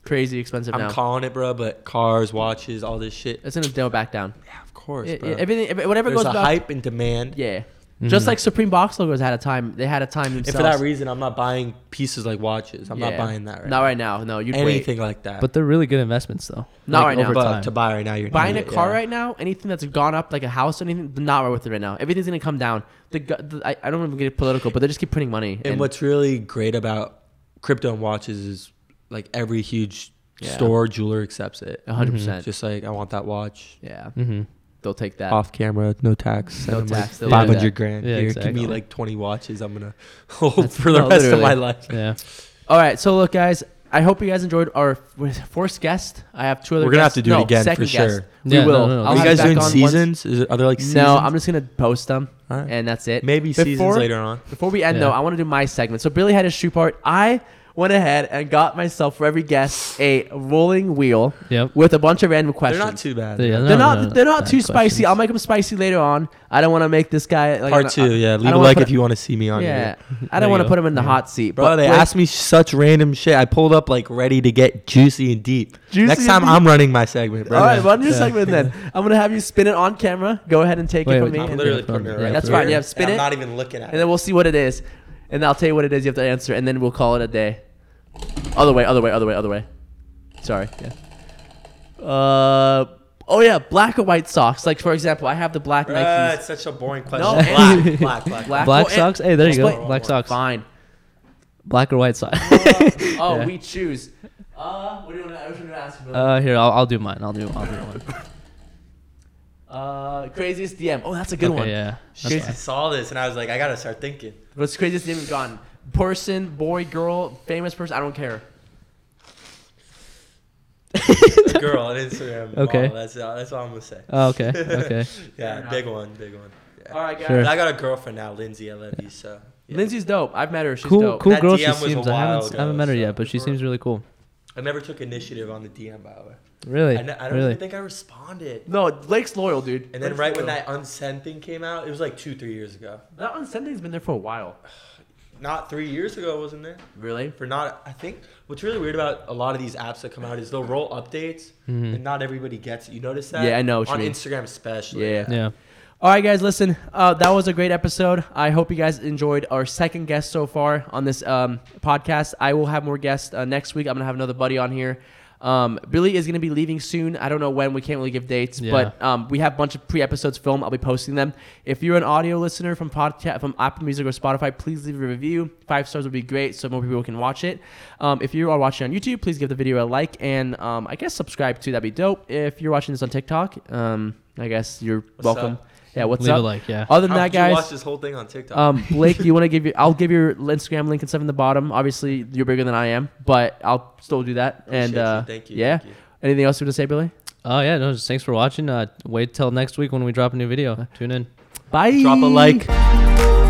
S1: crazy expensive
S3: I'm
S1: now.
S3: calling it, bro. But cars, watches, all this shit.
S1: it's gonna go back down.
S3: Yeah, of course,
S1: It-
S3: bro.
S1: it- everything, ev- whatever
S3: There's
S1: goes
S3: a
S1: back.
S3: hype and demand.
S1: Yeah.
S2: Mm.
S1: Just like Supreme Box logos had a time, they had a time
S3: and
S1: themselves.
S3: for that reason, I'm not buying pieces like watches. I'm
S1: Yeah.
S3: not buying that right.
S1: Not
S3: now.
S1: right now. No, you'd wait.
S3: Anything like that.
S2: But they're really good investments, though.
S1: Not right now,
S2: over
S3: but
S2: time.
S3: to buy right now, you're
S1: Buying a
S3: not-
S1: car
S3: yeah.
S1: right now, anything that's gone up like a house, anything, not right with it right now. Everything's gonna come down. The, go- the I, I don't even get political, but they just keep printing money.
S3: And, what's really great about crypto and watches is like every huge
S1: Yeah.
S3: store jeweler accepts it.
S1: 100 percent?
S3: Mm-hmm. Just like I want that watch.
S1: Yeah,
S2: Mhm.
S1: they'll take that.
S3: Off camera, no tax.
S1: No
S3: send them,
S1: tax, they'll
S3: Like
S1: do that.
S3: Five hundred grand.
S2: Yeah,
S3: Here, give
S2: exactly.
S3: me like twenty watches. I'm gonna (laughs) hold for the
S1: no,
S3: rest of
S1: literally.
S3: my life.
S2: Yeah.
S1: All right, so look, guys, I hope you guys enjoyed our f- first guest. I have two other.
S3: We're gonna have
S1: guests.
S3: to do it
S1: No,
S3: again for
S1: second guest.
S3: sure.
S1: We
S2: Yeah, no,
S1: will.
S2: no, no.
S1: I'll
S3: Are you
S1: have
S3: guys
S1: back
S3: doing
S1: on once-
S3: seasons? Is it, are there like seasons?
S1: No, I'm just gonna post them,
S3: All right.
S1: and that's it.
S3: maybe
S1: Before-
S3: seasons later on.
S1: Before we end,
S2: Yeah.
S1: though, I want to do my segment. So Billy had his shoe part. I went ahead and got myself for every guest a rolling wheel
S2: Yep.
S1: with a bunch of random
S3: They're
S1: questions.
S3: not too bad.
S2: Yeah,
S1: They're
S2: No,
S1: not.
S2: no, no,
S1: they're not
S2: bad
S1: too spicy.
S2: questions.
S1: I'll make them spicy later on. I don't want to make this guy like,
S3: Part
S1: I-
S3: two, yeah.
S1: I
S3: Leave
S1: don't
S3: a
S1: wanna
S3: like
S1: put
S3: if you want to see me
S1: him-
S2: (laughs)
S3: on.
S1: Yeah,
S3: here.
S1: I
S2: There
S1: don't
S2: you
S1: want to
S2: go.
S1: put him in the
S2: Yeah.
S1: hot seat.
S3: Bro, they
S1: with
S3: asked me such random shit. I pulled up like ready to get juicy and deep.
S1: Juicy
S3: Next
S1: and
S3: time
S1: deep.
S3: I'm running my segment, bro.
S1: All right, run your
S3: Yeah.
S1: segment
S2: (laughs)
S1: then. I'm gonna have you spin it on camera. Go ahead and take
S2: Wait,
S1: it from
S2: wait,
S1: me,
S2: I'm
S1: and,
S2: literally- putting it right
S1: That's right, yeah, spin
S3: And
S1: it.
S3: I'm not even looking at
S1: and then
S3: it.
S1: we'll see what it is, and I'll tell you what it is. You have to answer, and then we'll call it a day. Other way, other way, other way, other way. Sorry. Yeah. Uh. Oh yeah, black or white socks. Like for example, I have the black Nikes.
S3: such a boring
S1: No, and-
S3: black, black, black.
S2: Black
S1: well, and-
S2: socks. Hey, there you
S1: just
S2: go.
S1: play-
S2: Black socks.
S1: Fine.
S2: Black or white socks.
S1: (laughs) Oh,
S2: (laughs) Yeah.
S1: we choose. Uh, what do you want to, what do you want to ask? Bill?
S2: Uh, here, I'll, I'll do mine. I'll do. I'll do one.
S1: Uh, craziest DM. Oh, that's a (laughs) good
S2: okay,
S1: one.
S2: Yeah. that's
S1: Shit. (laughs)
S2: fine.
S3: saw this and I was like, I gotta start thinking.
S1: What's the craziest DM you've gotten? Person, boy, girl, famous person. I don't care.
S3: Girl on Instagram.
S2: Okay.
S3: that's that's all I'm gonna say.
S2: (laughs) Oh,
S3: (laughs)
S2: okay.
S1: (laughs)
S2: Okay.
S1: Yeah, Fair big
S3: one, big one.
S1: All right, guys.
S2: Sure.
S3: I got a girlfriend now, Lindsay. I love you so.
S1: Lindsay's dope. I've met her. She's
S2: cool.
S1: dope.
S2: Cool
S3: That
S2: girl.
S3: DM
S2: She
S3: was a
S2: seems. I
S3: while
S2: haven't. I
S1: uh,
S2: haven't
S3: ago,
S2: met her
S3: so-
S2: yet, but she seems really cool.
S3: I never took initiative on the DM, by the way.
S2: Really.
S3: I, ne- I don't
S2: really.
S3: even think I responded.
S1: No, Blake's loyal, dude.
S3: And then
S1: Blake's
S3: right when
S1: loyal.
S3: that unsend thing came out, it was like two, three years ago.
S1: that unsending's been there for a while.
S3: Not three years ago, wasn't there?
S1: Really?
S3: For not, I think what's really weird about a lot of these apps that come out is they'll roll updates, and not everybody gets it. You notice that?
S1: Mm-hmm. Yeah, I know what you
S3: on
S1: mean.
S3: Instagram especially.
S1: Yeah.
S2: yeah.
S1: All right, guys. Listen, uh, that was a great episode. I hope you guys enjoyed our second guest so far on this um, podcast. I will have more guests uh, next week. I'm gonna have another buddy on here. Um, Billy is gonna be leaving soon. I don't know when. We can't really give dates,
S2: Yeah.
S1: but um, we have a bunch of pre-episodes filmed. I'll be posting them. If you're an audio listener from podcast from Apple Music or Spotify, please leave a review. Five stars would be great, so more people can watch it. Um, if you are watching on YouTube, please give the video a like and um, I guess subscribe too. That'd be dope. If you're watching this on TikTok, um, I guess you're
S3: What's
S1: welcome.
S3: up?
S1: Yeah, what's
S2: Leave
S1: up?
S2: a like. Yeah.
S1: Other than
S3: How
S1: that,
S3: could you watch
S1: guys,
S3: this whole thing on TikTok?
S1: um, Blake, you want to give your? I'll give your Instagram link and stuff in the bottom. Obviously, you're bigger than I am, but I'll still do that.
S3: Appreciate
S1: and
S3: you.
S1: uh,
S3: Thank you,
S1: Yeah.
S3: thank you.
S1: Anything else you want to say, Billy?
S2: Oh yeah. No. Just thanks
S1: (laughs)
S2: for watching. Uh, wait till next week when we drop a new video. Tune in.
S1: Bye.
S3: Drop a like.